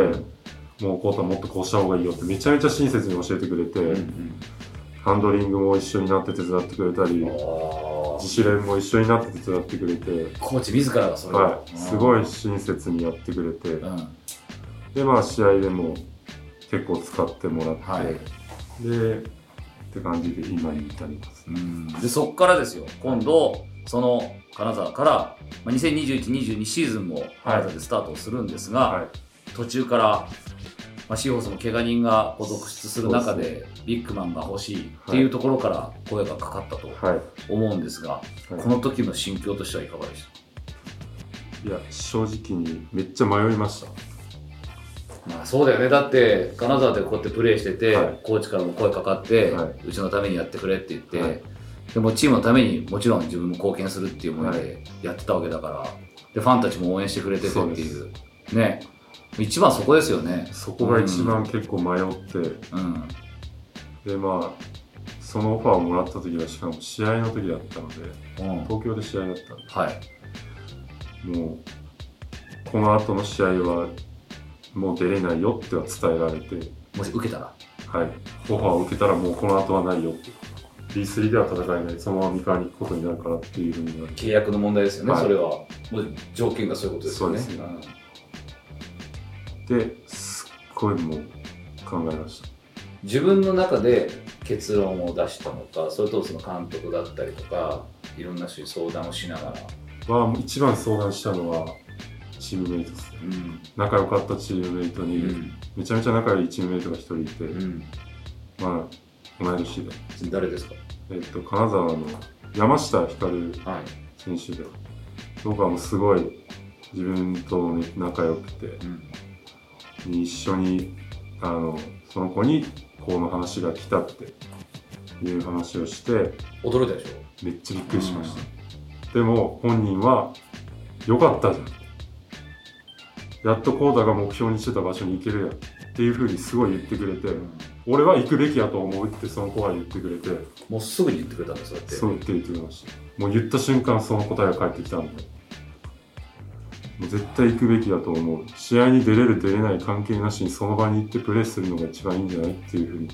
S2: もうこうたもっとこうした方がいいよってめちゃめちゃ親切に教えてくれて、
S1: うん
S2: ハンドリングも一緒になって手伝ってくれた
S1: うん
S2: り
S1: おー
S2: 自主練も一緒になって手伝ってくれて、
S1: コーチ自らがそれを、
S2: はい、すごい親切にやってくれて
S1: うん、
S2: でまあ試合でも結構使ってもらって、
S1: はい
S2: でって感じで今に至ります
S1: うんでそっからですよ今度その金沢から、まあ、2021-22シーズンも金沢でスタートをするんですが、
S2: はい
S1: 途中から、まあ、シーホースも怪我人がこう続出する中でビッグマンが欲しいっていうところから声がかかったと
S2: はい、
S1: 思うんですが、
S2: はい
S1: この時の心境としてはいかがでし
S2: いや正直にめっちゃ迷いました
S1: た、まあ、そうだよねだって金沢でこうやってプレーしてて、
S2: はい
S1: コーチからも声かかって、
S2: はいう
S1: ちのためにやってくれって言って、
S2: はい
S1: でもチームのためにもちろん自分も貢献するっていう思い
S2: は
S1: でやってたわけだから、でファンたちも応援してくれててって
S2: そ
S1: いうね一番そこですよね
S2: そこが一番結構迷って、
S1: うん
S2: でまあそのオファーをもらった時がしかも試合の時だったので
S1: うん
S2: 東京で試合だったん
S1: はい
S2: でもうこの後の試合はもう出れないよっては伝えられて
S1: もし受けたら
S2: はいオファーを受けたらもうこの後はないよって B3 では戦えないそのまま三河に行くことになるからっていうふうに言われて
S1: 契約の問題ですよね、
S2: はい
S1: それはもう条件がそういうことですよね
S2: そうですねですっごいもう考えました
S1: 自分の中で結論を出したのかそれともその監督だったりとかいろんな人に相談をしながら、
S2: まあ一番相談したのはチームメイトですね
S1: うん
S2: 仲良かったチームメイト
S1: う
S2: に、
S1: ん
S2: めちゃめちゃ仲いいチームメイトが一人いて、
S1: うん、
S2: まあ同い年で、
S1: 誰ですか、
S2: えっと、金沢の山下光
S1: はい
S2: 選手で僕はもうすごい自分と、ね、仲良くて
S1: うん
S2: 一緒にあのその子にこの話が来たっていう話をして
S1: 驚いたでし
S2: めっちゃびっくりしました、でも本人は「良かったじゃん」やっとコーダが目標にしてた場所に行けるやんっていうふうにすごい言ってくれて、
S1: ょ、
S2: 俺は行くべきやと思うってその子は言ってくれて
S1: もうすぐに言ってくれたんですそうやって
S2: そう言って言ってくれましたもう言った瞬間その答えが返ってきたんでもう絶対行くべきだと思う試合に出れる出れない関係なしにその場に行ってプレーするのが一番いいんじゃないっていうふうに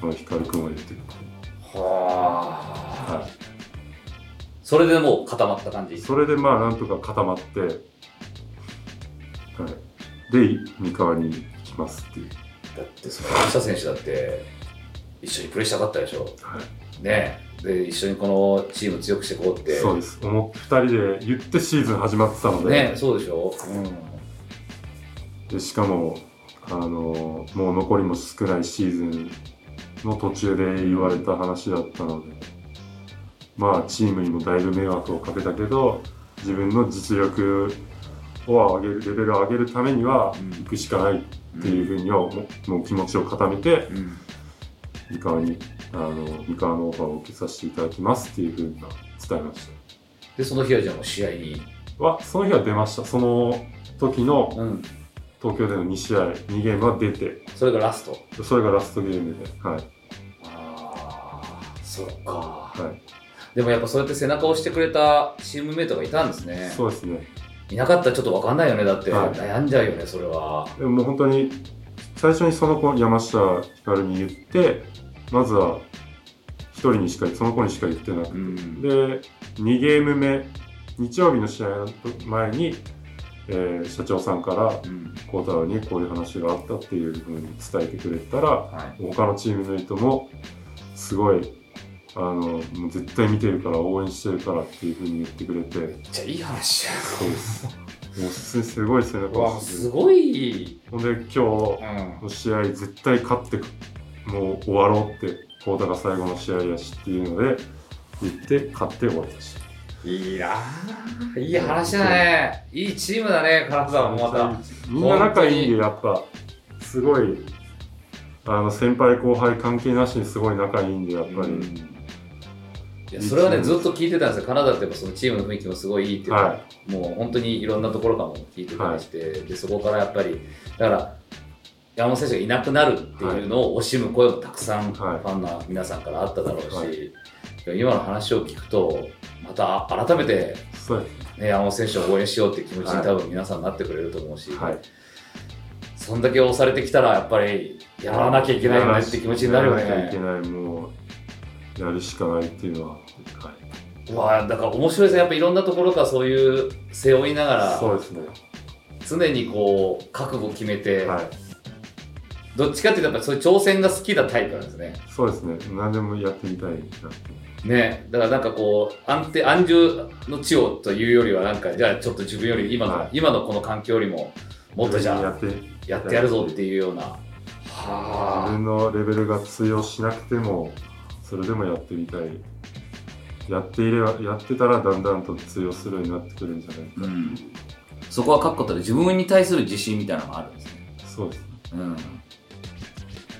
S2: その光くんは言ってくれて、
S1: はあ
S2: は
S1: それでもう固まった感
S2: い、
S1: じ
S2: それでまあなんとか固まって、はい、で三河に行きますっていう
S1: だってその山下選手だって一緒にプレーしたかったでしょ、
S2: は
S1: ねえで一緒にこのチーム強くしていこうって
S2: そうです思って2人で言ってシーズン始まってたので,、
S1: ねえそうでしょ、
S2: でしかもあのもう残りも少ないシーズンの途中で言われた話だったのでまあチームにもだいぶ迷惑をかけたけど自分の実力を上げるレベルを上げるためには
S1: うん
S2: 行くしかないっていうふうにはもうもう気持ちを固めて
S1: うん
S2: 三河にあの三河のオファーを受けさせていただきますっていうふうには伝えまし
S1: でその日はじゃあもう試合に、
S2: たはその日は出ましたその時の
S1: うん、
S2: 東京での2試合2ゲームは出て
S1: それがラスト
S2: それがラストゲームではい
S1: ああそうか
S2: はい
S1: でもやっぱそうやって背中を押してくれたチームメイトがいたんですね
S2: そうですね
S1: いなかったらちょっと分かんないよねだって、
S2: はい
S1: 悩んじゃうよねそれは
S2: でももう本当に最初にその子山下ひかるに言ってまずは1人にしかその子にしか言ってなくて
S1: うん
S2: で2ゲーム目日曜日の試合の前に、えー社長さんから
S1: うん
S2: 孝太郎にこういう話があったっていうふうに伝えてくれたら
S1: はい
S2: 他のチームメイトもすごいあのもう絶対見てるから応援してるからっていうふうに言ってくれて
S1: めっちゃいい話や
S2: そうですもうすすごい背中
S1: う
S2: を
S1: わ
S2: 押して
S1: すごい、
S2: ほんで今日の
S1: うん
S2: 試合絶対勝ってもう終わろうって孝太が最後の試合やしっていうので言って勝って終わったし
S1: いいなあいい話だね。いいチームだね、金沢もま。
S2: みんな仲いいんでやっぱすごいあの先輩後輩関係なしにすごい仲いいんでやったぱり、
S1: いやそれはね、ずっと聞いてたんですよ。カナダってやっぱそのチームの雰囲気もすごいいいっていうか、
S2: は
S1: もう本当にいろんなところからも聞いてたりして、でそこからやっぱり、だから、山本選手がいなくなるっていうのを惜しむ声もたくさん、
S2: はい
S1: ファンの皆さんからあっただろうし、
S2: はい
S1: いや今の話を聞くと、また改めて、
S2: いそうで
S1: ね、山本選手を応援しようっていう気持ちに
S2: はい
S1: 多分皆さんなってくれると思うし、
S2: すはい
S1: そんだけ押されてきたら、やっぱり、やらなきゃいけないよねって気持ちになるよ
S2: やらなきゃいけ
S1: ね。
S2: ないもうやるしかないっていうのは、はいう
S1: わあだから面白いですね。やっぱいろんなところからそういう背負いなが
S2: そ
S1: ら、
S2: うですね
S1: 常にこう、覚悟を決めて、
S2: はい
S1: どっちかっていうと、やっぱりそういう挑戦が好きなタイプなんですね。
S2: そうですね何でもやってみたいなって
S1: ね。だからなんかこう、安定、安住の地をというよりは、なんか、じゃあちょっと自分より今の、
S2: はい
S1: 今のこの環境よりも、もっとじ
S2: や
S1: ゃあ、
S2: って
S1: やってやるぞっていうような。は
S2: 自
S1: あ。
S2: 分のレベルが通用しなくてもそれでもやってみたいやっていればやってたらだんだんと通用するようになってくるんじゃない
S3: うん、そこは確固たる自分に対する自信みたいなのがあるんですね。
S2: そうですね
S3: うん、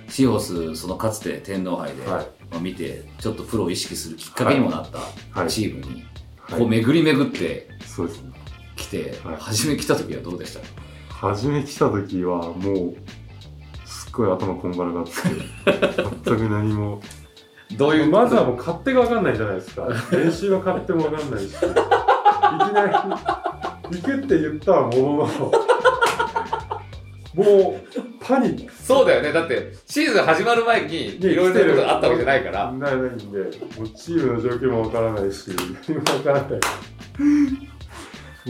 S3: シーホースそのかつて天皇杯で、
S2: はい
S3: まあ見てちょっとプロを意識するきっかけにもなった
S2: はい
S3: チームに、
S2: はい
S3: こう巡り巡って
S2: そうですね
S3: きて、
S2: はい
S3: 初め来た時はどうでしたか
S2: 初め来た時はもうすっごい頭こんがらがって全く何 も
S1: どういう、
S2: まずはもう勝手が分かんないじゃないですか練習の勝手も分かんないしいきなり行くって言ったもののもうパニック
S1: そうだよね。だって、シーズン始まる前に、い
S2: ね
S1: ろいろなことがあったわけじゃないから。
S2: ないないんで、もうチームの状況もわからないし、何もわからない。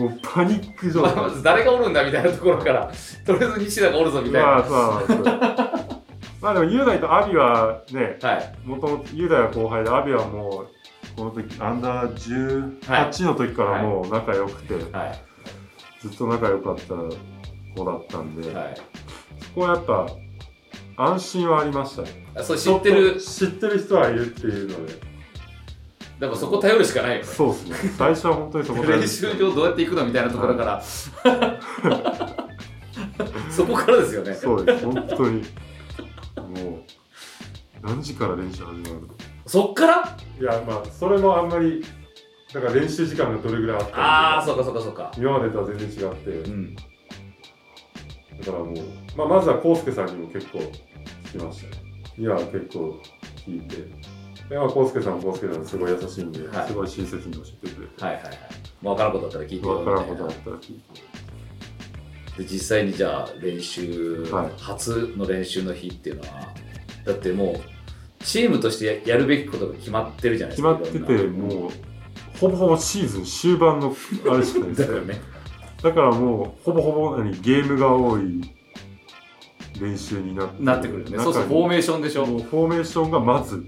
S2: もうパニック状態。
S1: まあまず誰がおるんだみたいなところから、とりあえず西田がおるぞみたいな。
S2: まあ、そうなんですよ。まあでも、雄大とアビはね、
S1: はい。
S2: もともと雄大は後輩で、アビはもう、この時、アンダー18の時からもう仲良くて、
S1: は
S2: ずっと仲良かった子だったんで、
S1: い。はい。
S2: そこはやっぱ、安心はありましたね。
S1: あそう、知ってる。
S2: ちょっと知ってる人はいるっていうので、
S1: だからそこ頼るしかないよね。
S2: そうですね。最初は本当にそこ
S1: 練習場どうやって行くのみたいなところ から。そこからですよね。
S2: そうです、本当に。もう、何時から練習始まるの
S1: そっから
S2: いや、まあ、それもあんまり、だから練習時間がどれぐらいあった
S1: ああ、
S2: か
S1: そうかそうかそうか。
S2: 今までとは全然違
S1: う
S2: って、
S1: ん。
S2: だからもう、まあ、まずは康介さんにも結構聞きましたね。いや、結構聞いて。で、まあ、康介さんも康介さんもすごい優しいんで、
S1: はい
S2: すごい親切に教えてくれて。
S1: はいはいはい。もう分からんことあったら聞いてよ
S2: わ
S1: み
S2: か
S1: たい
S2: ら
S1: なん
S2: ことあったら聞いて。
S1: で実際にじゃあ練習、
S2: はい
S1: 初の練習の日っていうのはだってもうチームとしてやるべきことが決まってるじゃないで
S2: 決
S1: す
S2: ま
S1: か
S2: ってて、
S1: いろんな
S2: もう、ほぼほぼシーズン終盤のあれしかないです
S1: だからね
S2: だからもうほぼほぼ何ゲームが多い練習になって
S3: なってくるよね。そうするとフォーメーションでしょ。
S2: もうフォーメーションがまず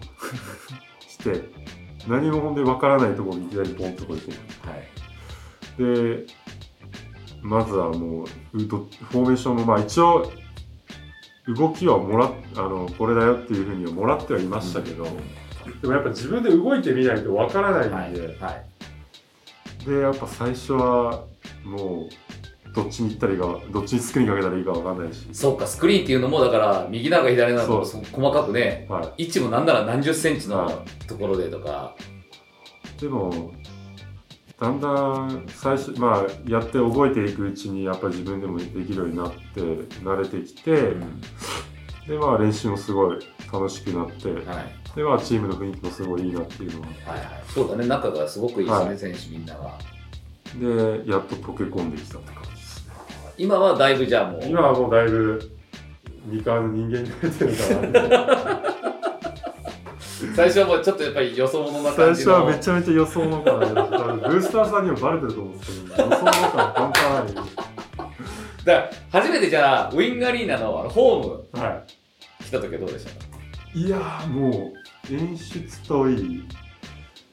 S2: して何もほんでわからないところにいきなりポンとこれて
S3: はい。
S2: でまずはもうウッドフォーメーションもまあ一応動きはもらっあのこれだよっていうふうにはもらってはいましたけど、でもやっぱ自分で動いてみないとわからないんで、
S3: はい。
S2: でやっぱ最初はもうどっちに行ったらいいかどっちにスクリーンかけたらいいかわかんないし、
S1: そっか、スクリーンっていうのも、だから、右なのか左なのか、
S2: そ
S1: そ細かくね、
S2: は
S1: 位置もなんなら何十センチの
S2: は
S1: ところでとか、
S2: い、でもだんだん最初まあやって覚えていくうちにやっぱり自分でもできるようになって慣れてきて、
S1: うん
S2: でまあ練習もすごい楽しくなって、
S1: はい、はい
S2: でまあチームの雰囲気もすごいいいなっていうのは
S1: はいそうだね、仲がすごくいいですね、
S2: は
S1: 選手みんなが。
S2: でやっと溶け込んできたって感じですね
S1: 今はだいぶじゃあもう、
S2: 今はもうだいぶ二階の人間になってる から
S1: 最初はもうちょっとやっぱりよそ者な
S2: 最
S1: 感じ
S2: 初
S1: の。
S2: はめちゃめちゃ予想の感じだった多分ブースターさんにもバレてると思うんですけど予想の感半端な
S1: だ
S2: い
S1: から初めてじゃあ、ウィングアリーナのあのホーム
S2: は
S1: 来た時はどうでしたか
S2: いいやーもう演出といい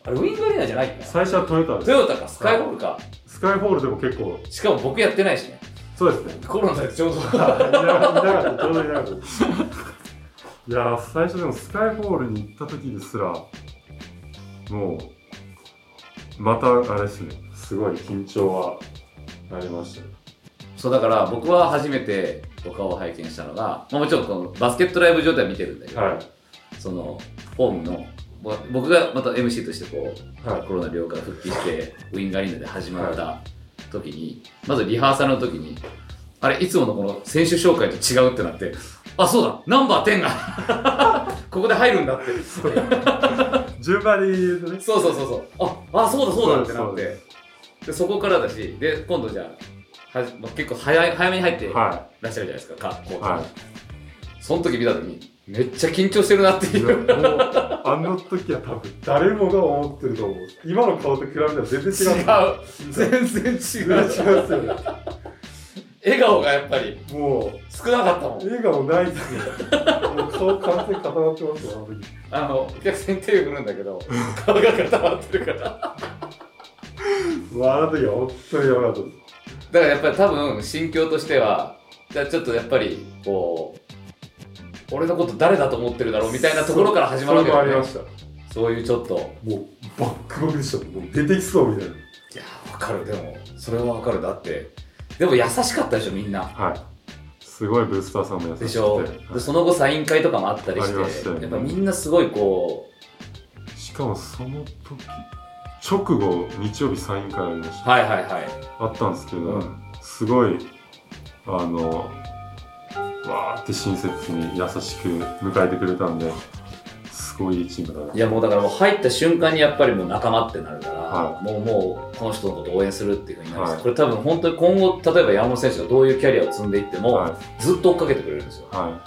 S1: あれ、ウィングアリーナじゃないかな
S2: 最初はトヨタ
S1: ト
S2: です
S1: ヨタか、スカイホールか。
S2: スカイホールでも結構
S1: しかも僕やってないしね。
S2: そうですね
S1: コロナでちょうど。
S2: いなかったちょうどいなかったいやー最初でもスカイホールに行った時ですらもうまたあれですねすごい緊張はありましたね
S1: そうだから僕は初めてお顔を拝見したのが、まあ、もちろんこのバスケットライブ状態は見てるんだけど、
S2: は
S1: そのホームのぼ僕がまた MC としてこう
S2: いは
S1: コロナ病から復帰して ウィンガリーナで始まった時に、まずリハーサルの時にあれいつものこの選手紹介と違うってなってあそうだナンバー10が ここで入るんだって
S2: い順番に言うとね
S1: そうそうそうそうああそうだそうだってな
S2: そ
S1: っ
S2: うで
S1: てでそこからだしで今度じゃあはじまあ結構早い早めに入ってらっし
S2: は
S1: ゃるじゃないですか、かこ
S2: いうは
S1: その時見た時にめっちゃ緊張してるなって
S2: いい
S1: い
S2: や
S1: う
S2: もうあの時は多分誰もが思ってると思う今の顔と比べたら全
S1: 違
S2: 然違う
S1: う全然
S2: 全然違
S1: 違
S2: うっ
S1: う
S2: すよね
S1: 笑顔がやっぱり
S2: もう
S1: 少なかったもん
S2: 笑顔ないですねもう顔完全に固まってますよあの時
S1: あのお客さんに手を振るんだけど 顔が固まってるからだか
S2: もうあの時は本当にやばかったです
S1: らやっぱり多分心境としてはじゃあちょっとやっぱりこう俺のこと誰だと思ってるだろうみたいなところから始まるわけ
S2: それも
S1: だ
S2: あ
S1: よ
S2: りま
S1: ね
S2: した
S1: そういうちょっと
S2: もうバックバクでしたもう出てきそうみたい
S1: いやーわかるでもそれはわかるだってでも優しかったでしょみんな
S2: なはいすごいブースターさんも優しくて
S1: でしょでその後サイン会とかもあったりし
S2: ありましたよ
S1: て
S2: ね
S1: やっぱみんなすごいこ
S2: しかもその時直後日曜日サイン会ありまし
S1: う
S2: た、
S1: はいはいはい
S2: あったんですけど、
S1: うん
S2: すごいあのわーって親切に優しく迎えてくれたんですごいいいチームだない
S1: やもうだからもう入った瞬間にやっぱりもう仲間ってなるから、
S2: は
S1: もうもうこの人のこと応援するっていうふうになるし、
S2: はい
S1: これ多分本当に今後例えば山本選手がどういうキャリアを積んでいっても、
S2: は
S1: ずっと追っかけてくれるんですよ
S2: いは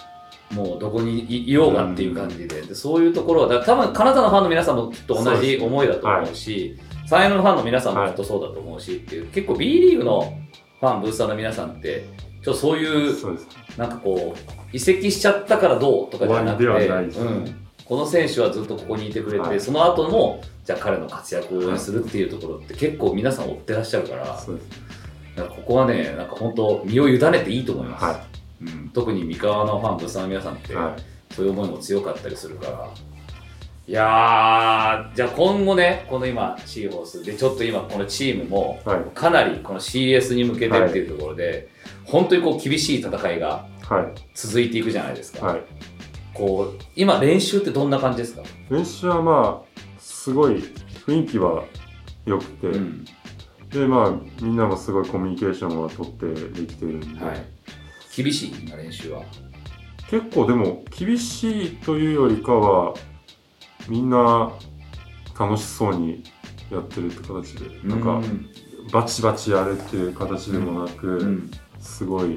S1: もうどこにいいようがっていう感じで,、でそういうところはだから多分カナダのファンの皆さんもきっと同じ思いだと思うしサイエンのファンの皆さんもきっとそうだと思うしっていう、結構 B リーグのファンブースターの皆さんってちょっとそうい
S2: いうそうです
S1: なんかこう移籍しちゃったからどうとかじゃなくて
S2: 終わりではないです
S1: う
S2: ね
S1: ん、この選手はずっとここにいてくれて、
S2: はい
S1: その後もじゃあ彼の活躍を応援するっていうところって結構皆さん追ってらっしゃるから,、
S2: そうです
S1: なんかここはねなんか本当身を委ねていいと思います、
S2: は
S1: うん、特に三河のファンブースターの皆さんっ
S2: い
S1: て、
S2: はい
S1: そういう思いも強かったりするから。いやー、じゃあ今後ね、この今、シーホースで、ちょっと今、このチームも、
S2: はい
S1: かなりこの CS に向けてっていうところで、本当にこう厳しい戦いが
S2: はい
S1: 続いていくじゃないですか、
S2: はい
S1: こう今練習ってどんな感じですか、
S2: 練習はまあすごい雰囲気は良くて、
S1: うん
S2: でまあみんなもすごいコミュニケーションは取ってできてるんで、
S1: はい、厳しい今練習は
S2: 結構でも厳しいというよりかはみんな楽しそうにやってるって形で、なん
S1: う
S2: かバチバチやれっていう形でもなく、
S1: うん
S2: すごい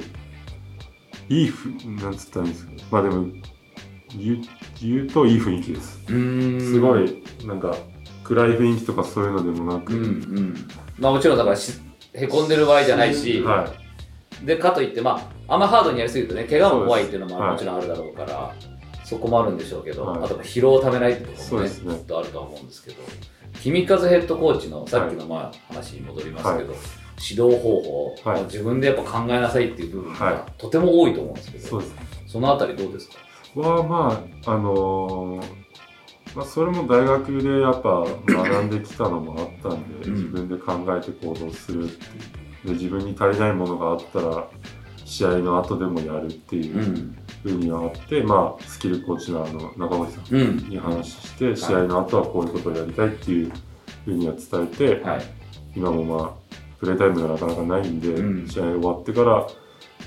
S2: いいふなんつったらいいんですかまあでも言う言うといい雰囲気です、
S1: うん
S2: すごいなんか暗い雰囲気とかそういうのでもな
S1: う
S2: く、
S1: んうんまあもちろんだからしへこんでる場合じゃないし、
S2: はい
S1: でかといってまあんまハードにやりすぎるとね、怪我も怖いっていうのもあるも
S2: そ
S1: ち
S2: うです
S1: ろんあるだろうから、そこもあるんでしょうけど、
S2: はい
S1: あと疲労をためないってとこ
S2: そ
S1: ろ
S2: う
S1: も
S2: で
S1: ね、
S2: すね
S1: きっとあるとは思うんですけど、君和ヘッドコーチのさっきのまあ話に戻りますけど、指導方法、
S2: はい
S1: 自分でやっぱ考えなさいっていう部分が、
S2: は
S1: とても多いと思うんですけど、
S2: そ
S1: そう
S2: ですね。
S1: のあたりどうですか
S2: は、まあ、あのーまあ、それも大学でやっぱ学んできたのもあったんで、
S1: うん。
S2: 自分で考えて行動するっていうで、自分に足りないものがあったら、試合の後でもやるっていううんふうにはあって、まあ、スキルコーチのあの中森さん
S1: うん。
S2: に話して、試合の後はこういうことをやりたいっていうふうには伝えて、
S1: はい。
S2: 今もまあプレータイムがなかなかないんで、
S1: うん
S2: 試合終わってから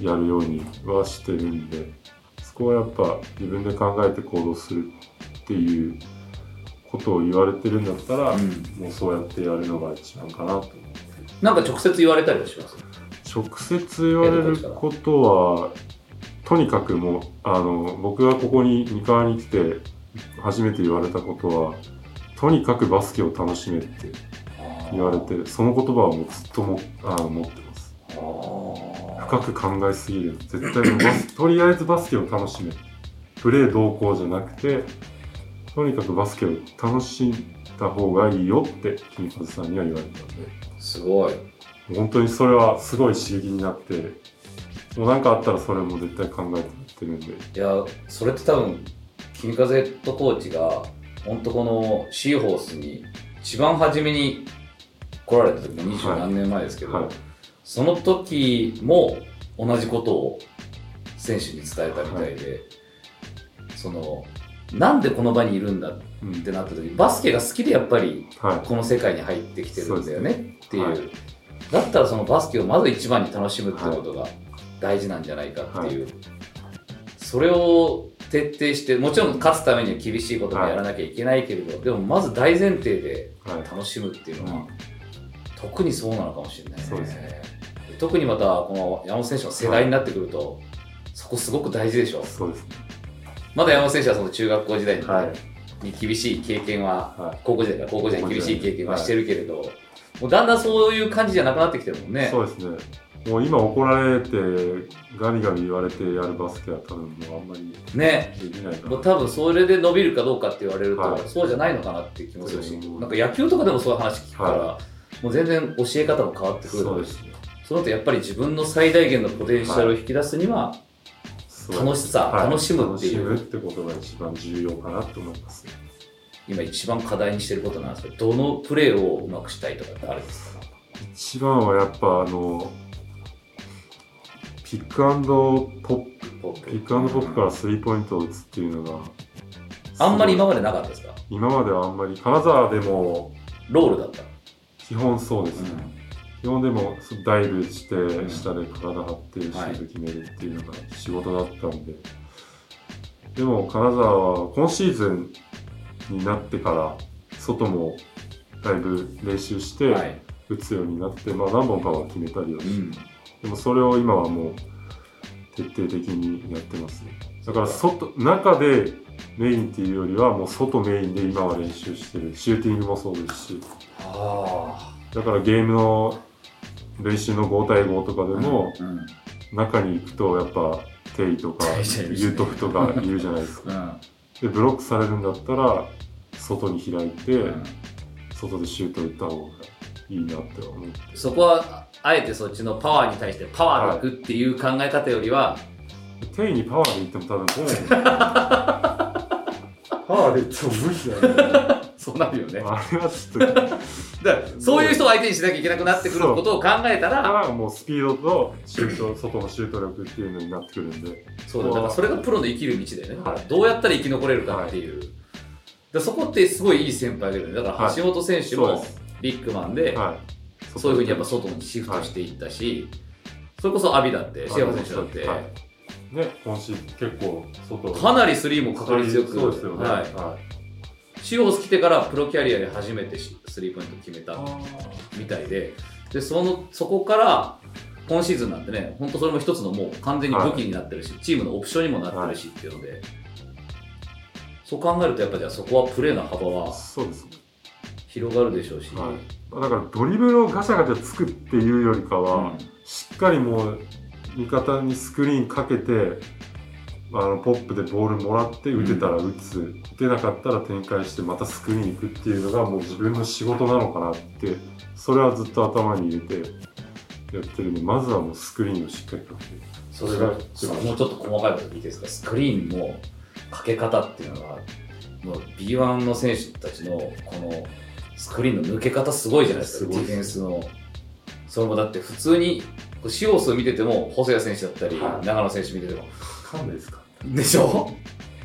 S2: やるようにはしてるんでそこはやっぱ自分で考えて行動するっていうことを言われてるんだったら、
S1: うん
S2: もうそうやってやるのが一番かなと
S1: なんか直接言われたりはします
S2: 直接言われることはとにかくもうあの僕がここに三河に来て初めて言われたことはとにかくバスケを楽しめって言われてその言葉はもうずっともあの持ってます深く考えすぎる絶対もうバスとりあえずバスケを楽しめプレー同行じゃなくてとにかくバスケを楽しんだ方がいいよって金和さんには言われたんです
S1: ごい。
S2: 本当にそれはすごい刺激になってもう何かあったらそれも絶対考えてやってるんで
S1: いや、それって多分、君風ヘッドコーチが、ほんとこのシーホースに、一番初めに来られた時も二十何年前ですけど、
S2: はい
S1: その時も同じことを選手に伝えたみたいで、その、なんでこの場にいるんだっ
S2: うん
S1: てなった時バスケが好きでやっぱり
S2: は
S1: この世界に入ってきてるんだよねっていう
S2: そうです
S1: だったらそのバスケをまず一番に楽しむってことが大事なんじゃないかっていう、それを徹底してもちろん勝つためには厳しいこともやらなきゃいけないけれど、でもまず大前提で
S2: いはい
S1: 楽しむっていうのは、
S2: うん
S1: 特にそうなのかもしれないね
S2: そうです
S1: 特にまたこの山本選手の世代になってくると、そこすごく大事でしょ
S2: そうですね
S1: まだ山本選手はその中学校時代に,、
S2: はい
S1: に厳しい経験は
S2: は
S1: 高校時代から高校時代に厳しい経験はしてるけれど、もうだんだんそういう感じじゃなくなってきてるもん
S2: い
S1: ね。
S2: そうですねもう今怒られてガミガミ言われてやるバスケは多分もうあんまり
S1: ね。
S2: できないか
S1: も
S2: な
S1: う多分それで伸びるかどうかって言われると、
S2: はい
S1: そうじゃないのかなって気もするし、
S2: うん
S1: なんか野球とかでもそういう話聞くから、
S2: は
S1: もう全然教え方も変わってくる
S2: そう
S1: の
S2: で
S1: です
S2: ね
S1: その後やっぱり自分の最大限のポテンシャルを引き出すには、
S2: そう
S1: 楽しさ楽しむっていう
S2: 楽しむってことが一番重要かなと思いますね
S1: 今一番課題にしてることなんですけど、どのプレーをうまくしたいとかってあるんですか
S2: 一番はやっぱあのピックアンドポップ
S1: ポップ
S2: ピックアンドポップからスリーポイントを打つっていうのが
S1: あんまり今
S2: すご
S1: まで
S2: い
S1: なかったですか
S2: 今まではあんまり金沢でも
S1: ロールだった。
S2: 基本そうですね、基本でもダイブして
S1: ん
S2: 下で体張ってシュ
S1: はい
S2: ート決めるっていうのが仕事だったんで、でも金沢は今シーズンになってから外もだいぶ練習し
S1: は
S2: て
S1: い。
S2: 打つようになって、まあ何本かは決めたりは
S1: う
S2: して
S1: ん。
S2: でもそれを今はもう徹底的にやってますね。だから外、中でメインっていうよりはもう外メインで今は練習してる。シューティングもそうですし、
S1: あ
S2: だからゲームの練習の5対5とか
S1: あ。
S2: でも
S1: うん、
S2: 中に行くとやっぱテイとか
S1: テイじゃいるしね
S2: ユートフ とかいるじゃないですか。
S1: うん
S2: で、ブロックされるんだったら外に開いて、
S1: うん
S2: 外でシュート打った方がいいなって思って。
S1: そこはあえてそっちのパワーに対してパワーでいくっていう考え方よりは、
S2: 手にパワーでいっても多分ボー ンパワーでいっても無理だよね
S1: そうなるよね
S2: あれはちょっと
S1: だからそういう人を相手にしなきゃいけなくなってくることを考えたら
S2: あもうスピードとシュート外のシュート力っていうのになってくるんで
S1: そうだだからそれがプロの生きる道だよね、
S2: はい
S1: どうやったら生き残れるかっていう、だからそこってすごいいい先輩がいるよねだから橋本選手
S2: そう
S1: も
S2: です
S1: ビッグマンで、
S2: はい
S1: そういうふうにやっぱ外にシフトしていったし、それこそ阿炎だってシェア選手だって、
S2: はいね今シーズン結構外
S1: かなりスリーも確率よく
S2: そうですよね
S1: はい、
S2: はい
S1: シオス来てからプロキャリアで初めてしスリーポイント決めたみたいででそのそこから今シーズンなんてね本当それも一つのもう完全に武器になってるし、チームのオプションにもなってるしっていうので、そう考えるとやっぱじゃあそこはプレーの幅は
S2: そうですね
S1: 広がるでしょうし、
S2: はいだからドリブルをガシャガシャつくっていうよりかは、
S1: うん
S2: しっかりもう味方にスクリーンかけてあのポップでボールもらって打てたら打つ、打てなかったら展開してまたスクリーン行くっていうのがもう自分の仕事なのかなってそれはずっと頭に入れてやってるんでまずはもうスクリーンをしっかりかけて
S1: そ
S2: れ
S1: れ
S2: が
S1: がもうちょっと細かいこと聞いていいですかスクリーンのかけ方っていうのがもう B1 の選手たちのこのスクリーンの抜け方すごいじゃないですか
S2: すごい
S1: ディフェンスのそれもだって普通にこう使用数見てても細谷選手だったり
S2: はい
S1: 長野選手見てても
S2: かんないですか
S1: でしょ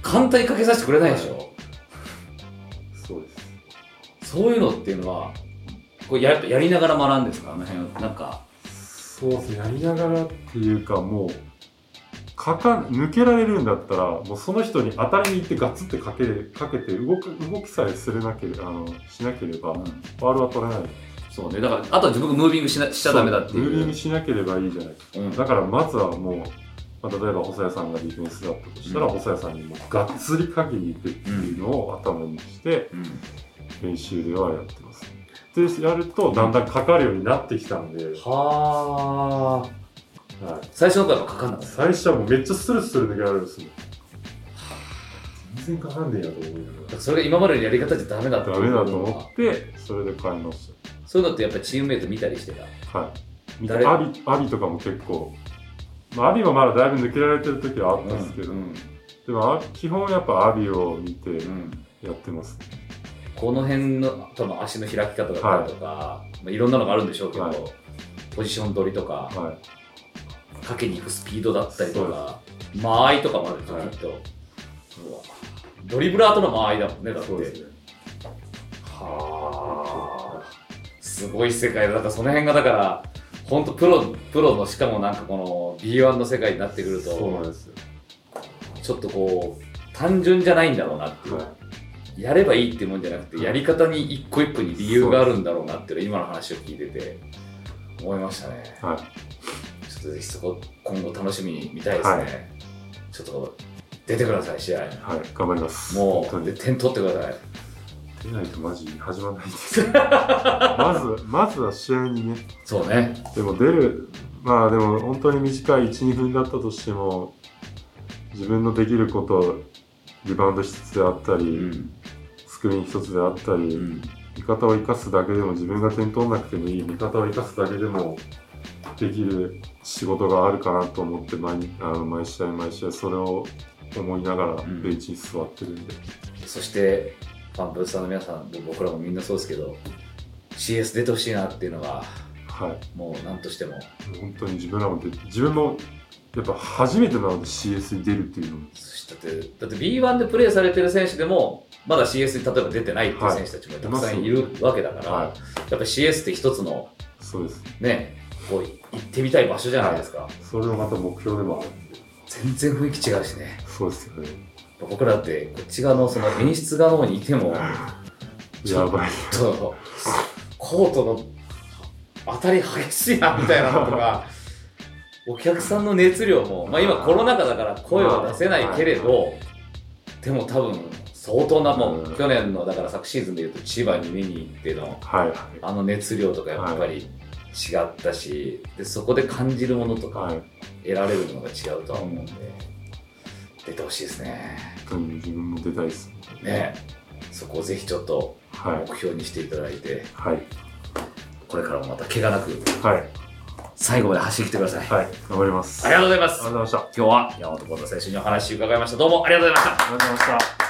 S1: 簡単にかけさせてくれないでしょ、
S2: そうです
S1: そういうのっていうのはこうややりながら学んでるんですかあの辺はなんか
S2: そうですね、やりながらっていうか、もう、かか、抜けられるんだったら、もうその人に当たりに行ってガツってかけ、かけて、動く、動きさえすれなければ、あの、しなければ、ファールは取れない。
S1: そうねだからあとは自分がムービングしなしちゃダメだっていう
S2: そうムービングしなければいいじゃないです
S1: うん
S2: か。だから、まずはもう、まあ、例えば、細谷さんがディフェンスだったとしたら、
S1: うん
S2: 細谷さんにもうがっつりかけに行くっていうのを頭にして、
S1: うん
S2: 練習ではやってます、で、やると、だんだんかかるようになってきたんで、
S1: はあ
S2: はい。
S1: 最初の頃はかかんなかった
S2: 最初はもうめっちゃスルスル抜けられるんですよ全然かかんねえやと思いな
S1: だからそれが今までのやり方じゃダメだった
S2: がらダメだと思ってそれで買いまし
S1: そういうのってやっぱりチームメイト見たりしてた
S2: たはい
S1: 誰
S2: アビアビとかも結構まあアビはまだだいぶ抜けられてる時はあったんですけど、
S1: うん
S2: でもあ基本やっぱアビを見て
S1: うん
S2: やってます、
S1: この辺の多分足の開き方だったりとか、いまあ、いろんなのがあるんでしょうけど、
S2: はい
S1: ポジション取りとか
S2: は
S1: かけに行くスピードだったりとか間合いとかもあるでしょ、
S2: はい
S1: きっとうわドリブラーとの間合いだもんねだ
S2: い
S1: って
S2: そうですね
S1: はあすごい世界だだからその辺がだから本当プロプロのしかもなんかこの B1 の世界になってくる
S2: そうなん
S1: と
S2: ですよ、
S1: ちょっとこう単純じゃないんだろうなっていう、
S2: は
S1: やればいいってもんじゃなくて
S2: うん
S1: やり方に一個一個に理由があるんだろうなっていうの今の話を聞いてて思いましたね
S2: い、はい、
S1: ちょっとぜひそこ今後楽しみに見たいですね、
S2: はい
S1: ちょっと出てください試合
S2: はい、頑張ります
S1: も
S2: 本
S1: う
S2: 当
S1: で
S2: に
S1: 点取ってください
S2: 出ないとマジ始まらないです まずまずは試合にね
S1: そうね
S2: でも出るまあでも本当に短い12分だったとしても自分のできることリバウンド一つであったり、
S1: うん、
S2: スクリーン一つであったり、
S1: うん、
S2: 味方を生かすだけでも自分が点取らなくてもいい味方を生かすだけでもできる仕事があるかなと思って毎日あの毎試合毎試合それを思いながら
S1: ん
S2: ベンチに座ってるんで、
S1: そしてファンブースターの皆さん僕らもみんなそうですけど CS 出てほしいなっていうのが
S2: はい
S1: もう何としても
S2: 本当に自分らもで自分もやっぱ初めてなので CS に出るっていうのも
S1: そしてだってだって B1 でプレーされてる選手でもまだ CS に例えば出てないっていう選手たちもたくさんいるわけだから、
S2: は
S1: やっぱ CS って一つの
S2: いそうです
S1: ねこう行ってみたい場所じゃないですか、
S2: それをまた目標でもあるんで
S1: 全然雰囲気違うしね
S2: そうですよね
S1: 僕らだってこっち側のその演出側の方にいてもちょ
S2: や
S1: っと
S2: ばい。
S1: コートの当たり激しいなみたいなのとか お客さんの熱量も、まあ、今コロナ禍だから声は出せないけれどでも多分相当なも
S2: うん
S1: う去年のだから昨シーズンでいうと千葉に見に行っての
S2: はい。
S1: あの熱量とかやっぱり違ったしでそこで感じるものと
S2: は
S1: か
S2: い。
S1: 得られるのが違うとは思うんで出てほしいですね。
S2: 本当に自分も出たいです。
S1: ねそこをぜひちょっと
S2: はい。
S1: 目標にしていただいて。
S2: はい。
S1: これからもまた怪我なく
S2: はい。
S1: 最後まで走り切ってください。
S2: はい。頑張ります。
S1: ありがとうございま
S2: あ
S1: す。
S2: りがとうございました。
S1: 今日は山本幸太選手にお話伺いました。どうもありがとうございました。
S2: ありがとうございました。